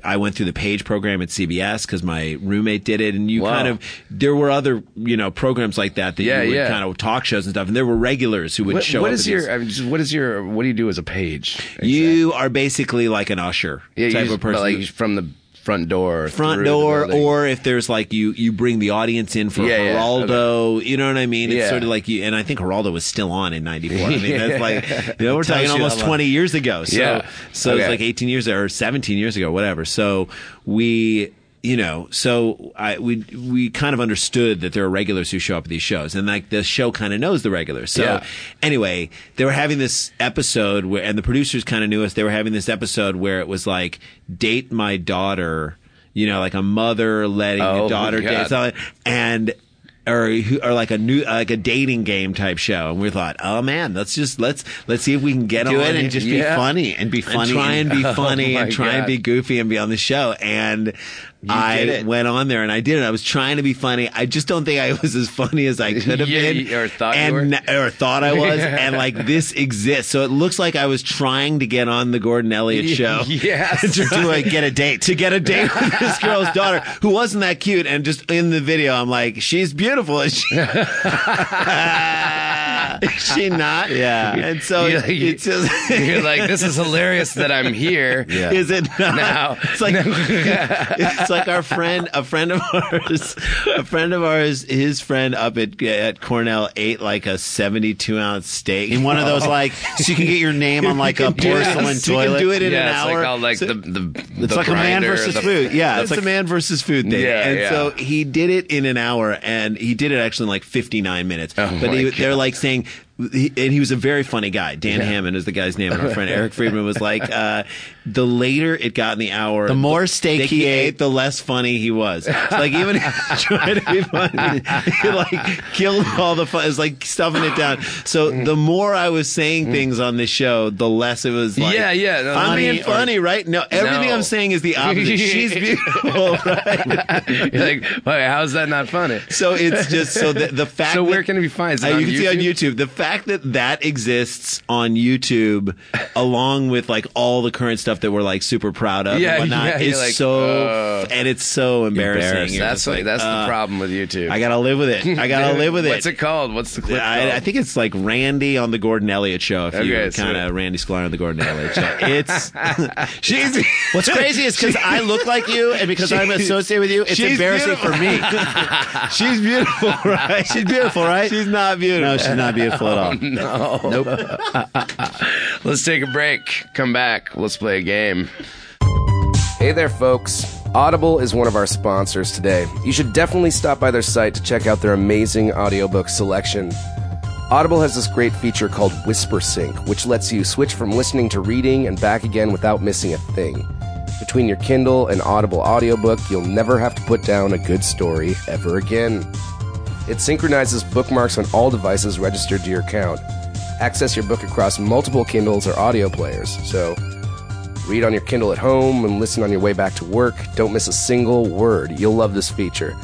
I went through the page program at CBS because my roommate did it, and you
Wow.
kind of there were other you know programs like that that
Yeah,
you would
yeah.
kind of talk shows and stuff, and there were regulars who would
What-
show
what
up.
is
at these-
your? I mean, just, what is your? What do you do as a page?
you are basically like an usher
yeah, you
type
just-
of person.
but
who-
like from the front door,
front
through the
door,
building.
or if there's like you you bring the audience in for
Yeah, yeah,
Geraldo, you know what I mean? It's
Yeah.
sort of like you, and I think Geraldo was still on in '94. I mean, that's like you know, we're
Tells
talking
you
almost
how long.
20 years ago. So,
Yeah.
so
Okay.
it's like 18 years or 17 years ago, whatever. So we. You know, so I we we kind of understood that there are regulars who show up at these shows, and like the show kind of knows the regulars. So
Yeah.
anyway, they were having this episode where, and the producers kind of knew us. They were having this episode where it was like, date my daughter, you know, like a mother letting
Oh,
a daughter
God.
date, something, and or who- or like a new like a dating game type show. And we thought, oh man, let's just let's let's see if we can get
do
on
it and just
Yeah.
be funny and be Oh funny
and try and be funny
my
and try
God.
and be goofy and be on the show. And
did
I
it.
went on there and I did it. I was trying to be funny. I just don't think I was as funny as I could have
Yeah,
been,
you- or thought you
and
were.
n- or thought I was. And like this exists, so it looks like I was trying to get on the Gordon Elliott show.
Yes.
to like, get a date to get a date with this girl's daughter who wasn't that cute. And just in the video, I'm like, she's beautiful. Is she, is she not? Yeah. And so
You're
it,
like-
it's just.
You're like, this is hilarious that I'm here. Yeah.
Is it not?
No.
It's like it's like our friend, a friend of ours, a friend of ours, his friend up at at Cornell ate like a seventy-two ounce steak
in one of those like so you can get your name on like a porcelain
Yes,
toilet
You can do it in an
yeah, it's
hour.
like all like
So-
the the.
it's like a man versus food yeah
That's
it's like
the man versus food thing.
Yeah,
and
yeah.
so he did it in an hour, and he did it actually in like 59 minutes.
Oh
but
my
he,
God.
they're like saying, he, and he was a very funny guy. Dan Hammond is the guy's name, and our friend Eric Friedman was like, uh, the later it got in the hour,
the more steak
steak he ate, the less funny he was. It's like even trying to be funny, he like killed all the fun. It's like stuffing it down. So the more I was saying things on this show, the less it was. like,
Yeah, yeah, no,
I'm
funny
being
or-
funny, right? No, everything
No.
I'm saying is the opposite. She's beautiful, right?
You're like, wait, how's that not funny?
So it's just so the, the fact.
So
that-
where can it be found? Is it
Uh,
on
you can see on
YouTube?
YouTube. The fact that that exists on YouTube, along with like all the current stuff that we're like super proud of,
Yeah,
and whatnot,
yeah, you're
is
like,
so
ugh.
and it's so embarrassing.
Embarrassing.
You're
That's
just
what,
like,
that's
uh,
the problem with YouTube.
I gotta live with it. I gotta live with it.
What's it called? What's the clip?
I, I
called?
think it's like Randy on the Gordon Elliott show. If
Okay,
you
so-
kind of Randy Sklar on the Gordon Elliott show, it's she's
What's crazy is because I look like you, and because I'm associated with you, it's
she's
embarrassing for me.
she's beautiful, right? She's beautiful, right? She's not beautiful.
No, she's not beautiful at all. Nope.
Let's take a break. Come back. Let's play a game. Hey there, folks. Audible is one of our sponsors today. You should definitely stop by their site to check out their amazing audiobook selection. Audible has this great feature called Whisper Sync, which lets you switch from listening to reading and back again without missing a thing. Between your Kindle and Audible audiobook, you'll never have to put down a good story ever again. It synchronizes bookmarks on all devices registered to your account. Access your book across multiple Kindles or audio players. So, read on your Kindle at home and listen on your way back to work. Don't miss a single word. You'll love this feature.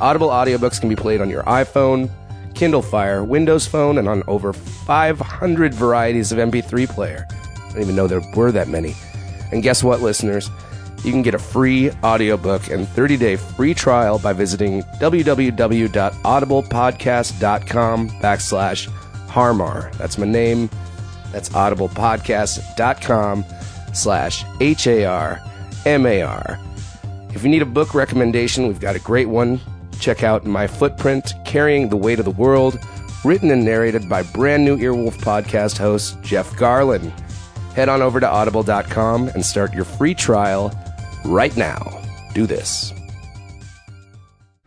Audible audiobooks can be played on your iPhone, Kindle Fire, Windows Phone, and on over 500 varieties of MP3 player. I didn't even know there were that many. And guess what, listeners? You can get a free audiobook and 30-day free trial by visiting www.audiblepodcast.com backslash harmar. That's my name. That's audiblepodcast.com slash H-A-R-M-A-R. If you need a book recommendation, we've got a great one. Check out My Footprint Carrying the Weight of the World, written and narrated by brand new Earwolf podcast host Jeff Garland. Head on over to audible.com and start your free trial right now. Do this.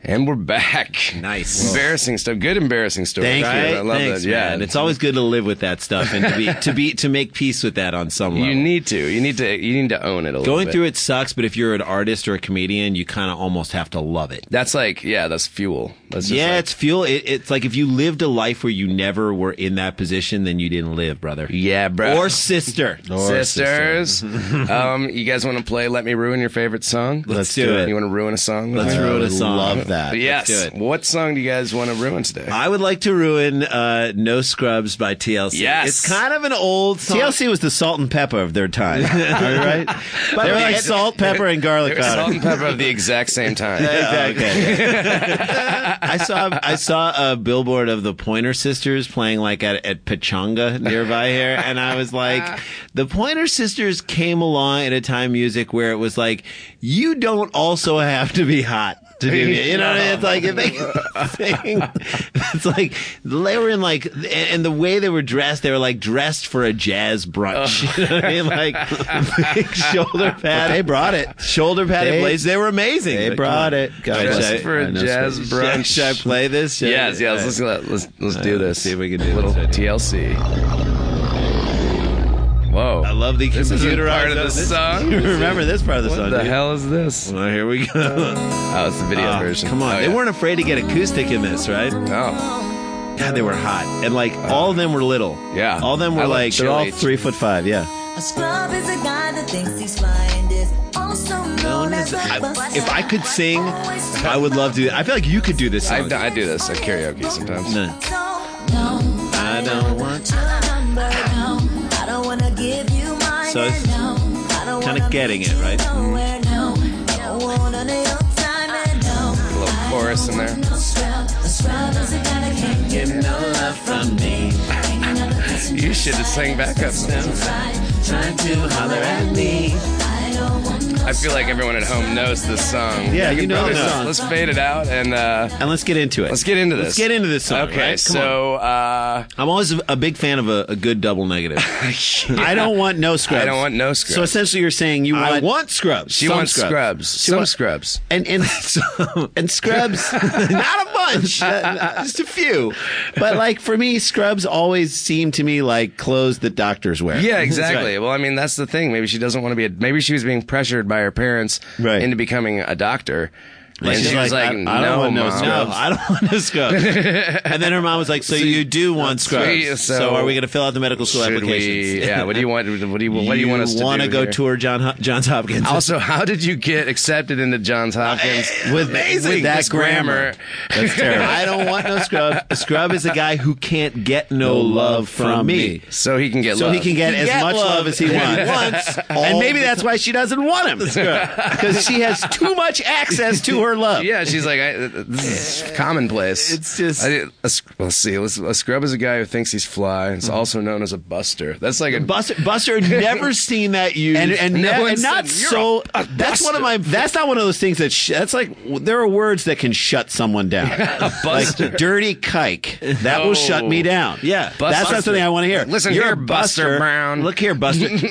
And we're back.
Nice.
Embarrassing stuff. Good embarrassing stories.
Thank
Right?
you.
I love
Thanks,
that. Yeah.
man. It's always good to live with that stuff and to be to be to make peace with that on some level.
You need to. You need to. You need to own it a little.
Going
bit.
through it sucks, but if you're an artist or a comedian, you kind of almost have to love it.
That's like yeah. That's fuel. That's just
yeah,
like-
it's fuel. It, it's like if you lived a life where you never were in that position, then you didn't live, brother.
yeah, bro.
Or sister.
sisters. um, you guys want to play? Let me ruin your favorite song.
Let's do it.
You want to ruin a song?
Let's
Uh,
ruin a song.
Love that.
Yes.
Let's do it.
What song do you guys want to ruin today?
I would like to ruin uh, No Scrubs by TLC.
Yes.
It's kind of an old song.
TLC was the salt and pepper of their time. All right, they were like salt, pepper, and garlic
Salt
on it.
and pepper at the exact same time.
Oh, Exactly. I saw I saw a billboard of the Pointer Sisters playing like at, at Pachanga nearby here, and I was like, the Pointer Sisters came along at a time in music where it was like, you don't also have to be hot. To be, you know, what I mean? it's like if they, thing, it's like they were in like, and- and the way they were dressed, they were like dressed for a jazz brunch. You know what I mean? Like big shoulder pad,
They brought it.
shoulder padded
They-
blades. They were amazing.
They
But
brought
come on.
it. God
Should
bless
I-
it.
Just for a
I know
jazz
Scrooge.
brunch.
Should, should I play this? Should-
Yes, yes. Let's let's let's do this.
see if we can do
little
this.
TLC. Whoa!
I love the
this. Is
computerized-
part of the
this-
song.
You remember this part of the
What
song?
the
dude.
hell is this?
Well, here we go.
Oh, it's the video
Ah,
version.
come on,
Oh,
they
yeah.
weren't afraid to get acoustic in this, right?
Oh,
God, they were hot, and like all of them were little.
Yeah.
all of them
I
were
love
like
They're all
Chili.
three foot five. Yeah.
A scrub is a guy that thinks he's fly and is also known as a
I-
buster.
if I could sing, I would love to. I feel like you could do this
I,
song.
I do this at karaoke sometimes.
No.
So, no,
I don't want.
your number, no. I don't wanna give you mine,
So it's
and no. I don't
kinda
wanna
getting
meet
it,
you
right?
nowhere, no. Don't want none of your time, and no.
A little chorus in there.
No scrub. A scrub is a guy that can't get no love from me. Ain't another person
You should have
just
sang back up.
like- Trying to holler at me. I don't want no
I feel like everyone at home knows this song.
Yeah,
We can
you know
probably-
the song.
Let's fade it out and uh,
And let's get into it.
let's get into this.
Let's get into this song.
Okay,
right? Come
so uh,
on. I'm always a big fan of a, a good double negative.
I don't want no scrubs.
I don't want no scrubs.
So essentially, you're saying you want
I want scrubs.
she
some
wants scrubs.
scrubs.
Some
wa-
scrubs.
and and and scrubs, not a bunch, uh, just a few. But like for me, scrubs always seem to me like clothes that doctors wear.
Yeah,
That's
exactly.
right.
Well, I mean, that's the thing. Maybe she doesn't want to be a. Maybe she was being pressured by her parents
Right.
into becoming a doctor. And
she's
she was like,
I, I
"No,
don't want
Mom."
no scrubs. I don't want no scrubs. and then her mom was like, so, you do want scrubs.
we-
so,
so
are we going to fill out the medical school
Should
applications?
we? Yeah. What do you want? What do you, what do you want us to
wanna
do
go
here?
tour John, Ho- Johns Hopkins?
Also, how did you get accepted into Johns Hopkins
with, amazing.
with that grammar?
That's terrible. I don't want no scrub. A scrub is a guy who can't get no, love from, me.
So he can get
So
love.
he can get
He
as
get
much love as he wants. and maybe that's why she doesn't want him. Because she has too much access to her love.
Yeah, she's like, I, this is commonplace.
It's just-
I, a, sc- let's see. Let's, a scrub is a guy who thinks he's fly. It's also known as a buster. That's like a
Buster, Buster had never seen that used.
And and,
No
ne-
one
and not
said, "You're
so. uh,
a- a
that's one of my. That's not one of those things that. Sh- that's like there are words that can shut someone down. like
buster. Oh.
dirty kike. That will shut me down.
Yeah.
that's
Buster.
not something I want to hear.
Listen
You're
here,
a
Buster Brown.
Look here, Buster. Like,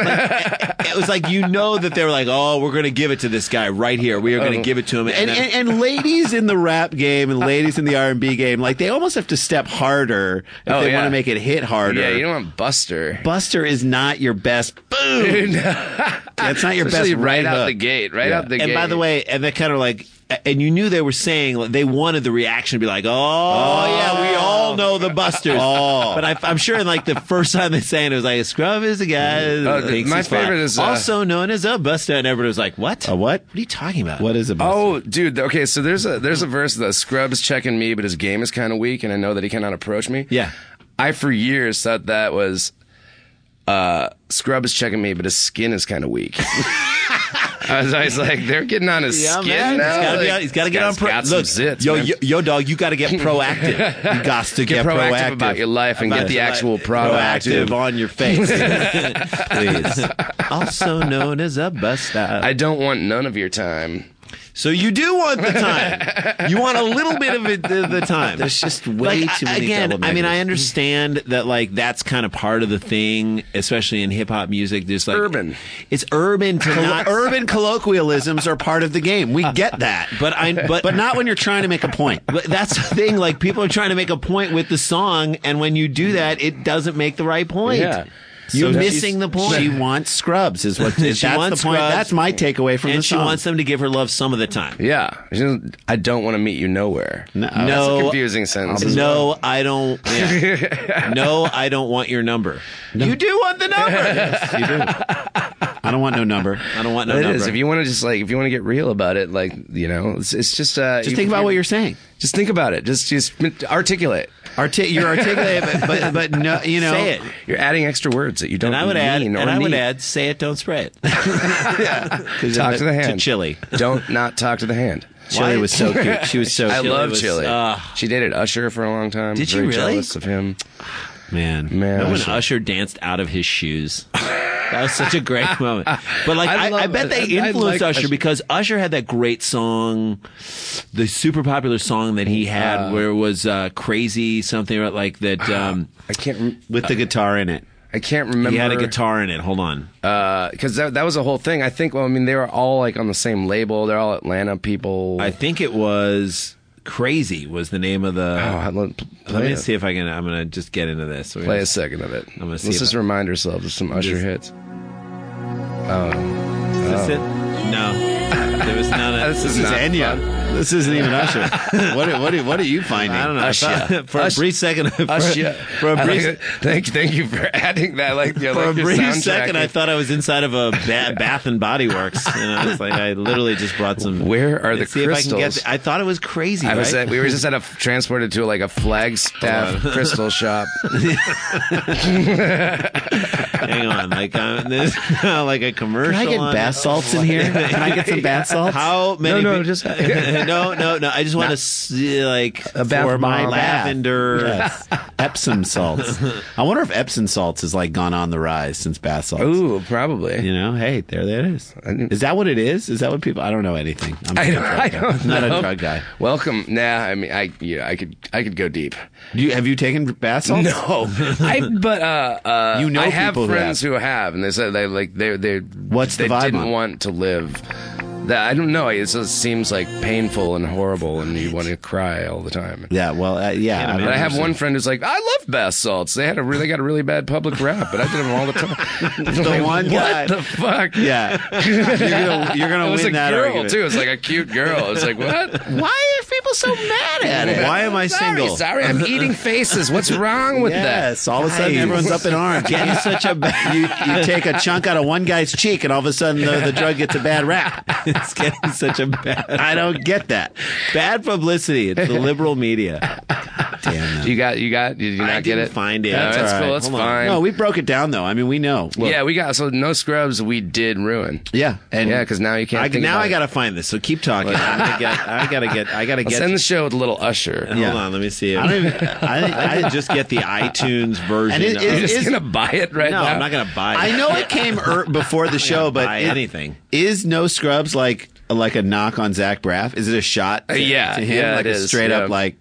it was like you know that they were like, oh, we're gonna give it to this guy right here. We are gonna give it to him.
and,
then-
and, and ladies in the rap game and ladies in the R and B game, like they almost have to step harder if
Oh,
they
yeah.
want to make it hit harder.
yeah, you don't want buster.
Buster is not your best. Boom. That's not your
Especially
best
right out
hook.
the gate. Right out the
and
gate.
by the way, and they kind of like, and you knew they were saying like, they wanted the reaction to be like, oh, yeah, we all know the Busters.
Oh.
But I, I'm sure in like the first time they sang it, it was like, Scrub is a guy. that
Oh, the-
thinks
my
he's fly.
favorite is, uh,
also known as a Buster, and everybody was like, what?
A what?
What are you talking about?
What is a Buster?
Oh, dude. Okay, so there's a there's a verse that Scrub's checking me, but his game is kind of weak, and I know that he cannot approach me.
Yeah.
I for years thought that was uh, Scrub is checking me, but his skin is kind of weak. I was always like, they're getting on his
Yeah,
skin
Oh, man.
now.
He's gotta, be
Like,
out- he's gotta
this
get on
guy's
pro-
got some
Look,
zits,
yo,
man.
yo, yo, dog, you got to get proactive. You got to get,
proactive about your life and
About
get the
your
actual
life.
product.
Proactive on your face, please. also known as a bust out.
I don't want none of your time.
So you do want the time. you want a little bit of it, the, the time.
There's just way
Like,
too
I-
many
Again,
double
I mean, I
negatives.
understand that like that's kind of part of the thing, especially in hip hop music. Just like
Urban.
it's urban to not
urban colloquialisms are part of the game. We get that,
But I, but
but not when you're trying to make a point.
But that's the thing. Like people are trying to make a point with the song, and when you do that, it doesn't make the right point.
Yeah.
You're
So
missing
she's-
the point.
She wants scrubs, is what.
She
that's the point.
wants scrubs.
That's my takeaway from
and
the
she
song.
wants them to give her love some of the time.
Yeah. She doesn't- I don't want to meet you nowhere. Oh, That's a
No.
confusing sentence. as well.
No, I don't. yeah. no, I don't want your number. You do want the number.
You do. I don't want no number.
I don't want no
It
number.
is. If you want to just like, if you want to get real about it, like, you know, it's, it's just. Uh,
Just think about what you're saying.
Just think about it. Just just articulate.
Arti- you're articulate, but, but but no, you know.
say it.
You're adding extra words that you don't.
And I would
mean
add,
or
and I would
need.
add, say it, don't spray it.
talk to the hand.
To chili.
Don't not talk to the hand.
Chili
Why-
was so cute. She was so.
I
cute.
love
was-
Chili.
uh,
she dated Usher for a long time.
Did she
Very
really?
Jealous of him.
man.
Man,
Remember when
Usher.
Usher. danced out of his shoes. That was such a great moment. But like,
I
I, I,
love-
bet
I-
they
I
influenced
like
Usher,
Usher.
because Usher had that great song, the super popular song that he had, where it was uh, crazy something or like that. Um,
I can't. Re-
With the guitar in it.
I can't remember.
he had a guitar in it. Hold on,
because that that was a whole thing. I think. Well, I mean, they were all like on the same label. They're all Atlanta people.
I think it was "Crazy" was the name of the.
oh, I love,
Let
play,
me
it.
see if I can. I'm gonna just get into this. We're
play
gonna-
a second of it.
gonna see
Let's
if
just
I-
remind ourselves of some Usher
Just-
hits.
Is this it? No, there was none. of-
This is
This is
not
Enya. This isn't even Usher. what, what, what, are you finding?
I don't know. I
Usher.
thought- for a
Usher.
brief second, for,
Usher.
for a
I
brief,
like it. thank, thank you for adding that. I Like, yeah,
For
like
a
your
brief
soundtrack.
second, I thought I was inside of a ba- Bath and Body Works, and I was like, I literally just brought some.
Where are the
Let's see if I can get
crystals?
the- I thought it was crazy.
I was
right?
at, we were just at a transported to like a Flagstaff crystal shop.
Hang on, like uh, this, like a commercial.
Can I get
on-
bath salts in here? Can I get some bath salts?
How many?
no,
pe-
just-
no, no, no. I just want to see like
A bath
for my
bomb.
lavender.
Yes. Epsom salts. I wonder if Epsom salts has like gone on the rise since bath salts.
Ooh, probably.
You know, hey, there that is.
didn't-
Is that what it is? Is that what people? I don't know anything. I'm
I
not a
don't,
drug
I
guy.
don't know.
not a drug guy.
Welcome. Nah, I mean, I yeah, I could I could go deep.
Do you, have you taken bath salts?
No, I but uh, uh,
You know
I have
people who
friends who have, and they said they like they they
What's
they
the vibe
didn't
on it?
want to live That, I don't know. It just seems like painful and horrible, and you want to cry all the time.
Yeah, well, uh, yeah.
But I have one friend who's like, I love bath salts. They had a really, they got a really bad public rap, but I did them all the time. the
one
what
guy-
the fuck?
Yeah, you're gonna, you're gonna
It was
win
a
that
girl
argument.
too. It was like a cute girl. It's like what?
Why are people so mad at it? Why am I
sorry,
single?
Sorry, I'm eating faces. What's wrong with that?
Yes, all of a sudden everyone's up in arms. Yeah, you such a you, you take a chunk out of one guy's cheek, and all of a sudden the, the drug gets a bad rap.
it's getting such a bad,
I don't get that.
bad publicity. It's the liberal media.
You got, you got, did you not
I
get
didn't
it?
find it.
No,
That's
that's
all right.
cool. That's
Hold on.
fine.
No, we broke it down though. I mean, we know. Look,
yeah, we got so no scrubs. We did ruin.
yeah, and
yeah, because now you can't.
I,
think
now
about
I
it.
gotta find this. So keep talking. I'm gonna get, I gotta get. I gotta
I'll
get.
send the show with a little Usher.
Hold
Yeah.
on. Let me see.
I don't
If,
even. I,
I
I
did just get the iTunes version.
And it
of-
is-
You're just
Is-
gonna buy it right
no,
now.
I'm not gonna buy. it.
I know it came er, before the show, but
buy
it-
anything.
is no scrubs like like a knock on Zach Braff? Is it a shot? To,
Uh, yeah,
to him?
yeah,
like
it
a
is,
straight
yeah.
up like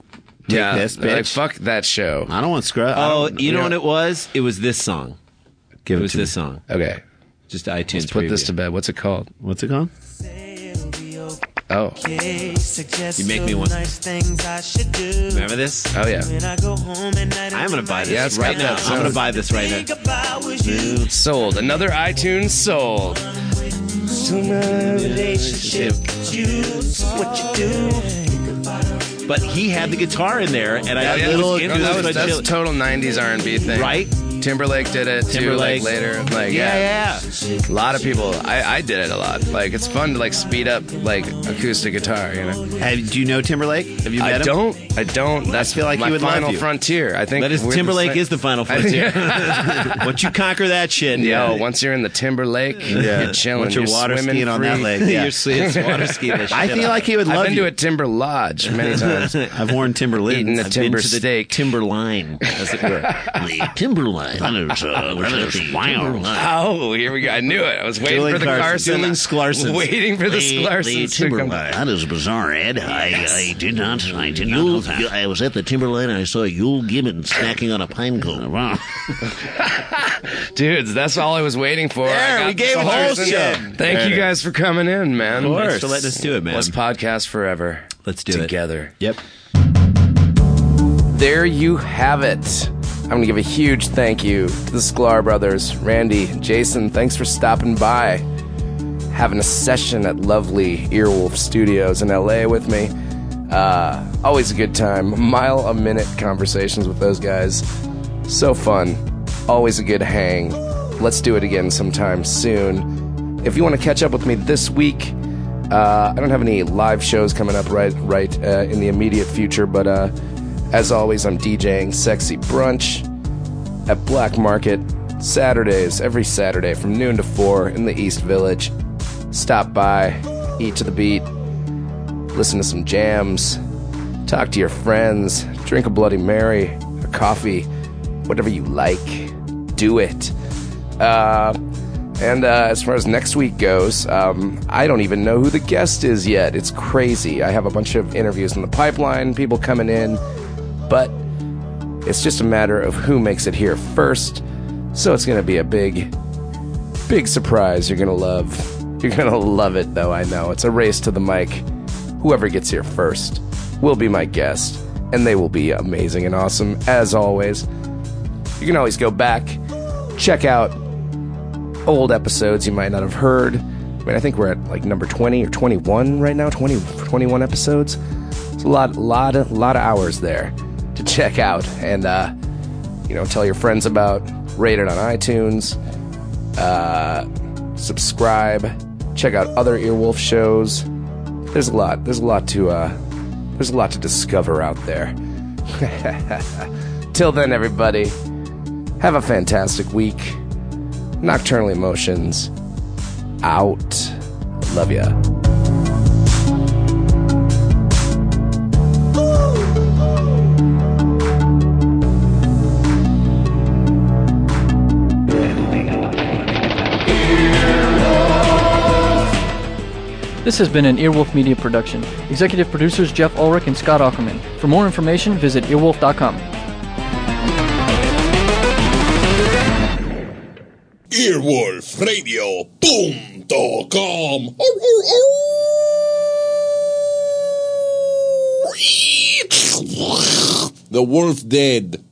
take
Yeah,
this bitch.
like, fuck that show.
I don't want scrubs. I
Oh,
don't-
you know
yeah.
what it was? It was this song.
give
It
it
was
to me.
this song.
Okay,
Just iTunes.
let's put this
preview.
to bed. What's it called?
What's it called?
Oh,
Suggest
You make me
some
want-
nice things I should do.
Remember this?
oh yeah.
When I go home at night,
I'm gonna buy this
Yeah, it's
right
got
now.
that
I'm gonna
sound.
buy this right
Think
now.
about was you.
Sold. Another iTunes sold.
Relationship, you, what you do.
But he had the guitar in there, and I
Yeah,
little
Oh,
that was- that was- that's a total '90s R&B thing,
right.
Timberlake did it. Timberlake,
Timberlake.
later, like yeah,
Yeah, yeah.
a lot of people. I, I did it a lot. Like it's fun to like speed up like acoustic guitar. You know,
Have, do you know Timberlake? Have you met
I
him?
don't. I don't. That's
feel like
my
he would love
final
you.
frontier. I think
That is
we're the
Timberlake
same-
is the final frontier. Once you conquer that shit,
Yo, once you're in the Timberlake, yeah. you're chilling.
Once you're water
swimming
skiing on that
free.
lake,
yeah.
yeah.
you're it's water ski. the
I
shit
feel
out
like
of
he would
I've
love
been
you.
to a timber lodge many times.
I've worn Timberlands.
Eating a
I've
it.
timber
Been to the
steak.
Timberline, as it were. The Timberline.
uh,
Timberline.
Oh, here we go. I knew it. I was waiting
Dueling
for the
Clarkson.
Carson.
Dueling Sclarsons.
Waiting for the Sklarsons to come back.
That is bizarre, Ed. I, I did not. I did not know
Yule,
that.
Yule- I was at the Timberline and I saw Yule Gibbon snacking on a pine cone.
Wow.
Dudes, that's all I was waiting for.
There,
I got
we gave
the
it the
whole
whole
thing.
show.
Thank you guys for coming in, man. Of
Thanks for letting us do it, man.
Let's podcast forever.
Let's do it.
together.
Yep.
There you have it. I'm going to give a huge thank you to the Sklar brothers, Randy, Jason. Thanks for stopping by, having a session at lovely Earwolf Studios in LA with me. Uh, always a good time. Mile a minute conversations with those guys. So fun. Always a good hang. Let's do it again sometime soon. If you want to catch up with me this week, uh, I don't have any live shows coming up right right uh, in the immediate future, but uh, as always, I'm DJing Sexy Brunch at Black Market Saturdays, every Saturday from noon to 4 in the East Village. Stop by, eat to the beat, listen to some jams, talk to your friends, drink a Bloody Mary, a coffee, whatever you like. Do it. Uh, and uh, as far as next week goes, um, I don't even know who the guest is yet. It's crazy. I have a bunch of interviews in the pipeline, people coming in, but it's just a matter of who makes it here first. So it's going to be a big, big surprise. You're going to love. You're going to love it, though, I know. It's a race to the mic. Whoever gets here first will be my guest, and they will be amazing and awesome, as always. You can always go back, check out old episodes you might not have heard. I mean, I think we're at like number 20 or 21 right now, 20, 21 episodes. It's a lot, lot, of, lot of hours there to check out and, uh, you know, tell your friends about, rate it on iTunes, uh, subscribe, check out other Earwolf shows. There's a lot, there's a lot to, uh, there's a lot to discover out there. Till then, everybody, have a fantastic week. Nocturnal Emotions out. Love ya.
This has been an Earwolf Media production. Executive producers Jeff Ulrich and Scott Ackerman. For more information, visit earwolf.com.
Earwolfradio.com. Oh, oh, oh. The wolf dead.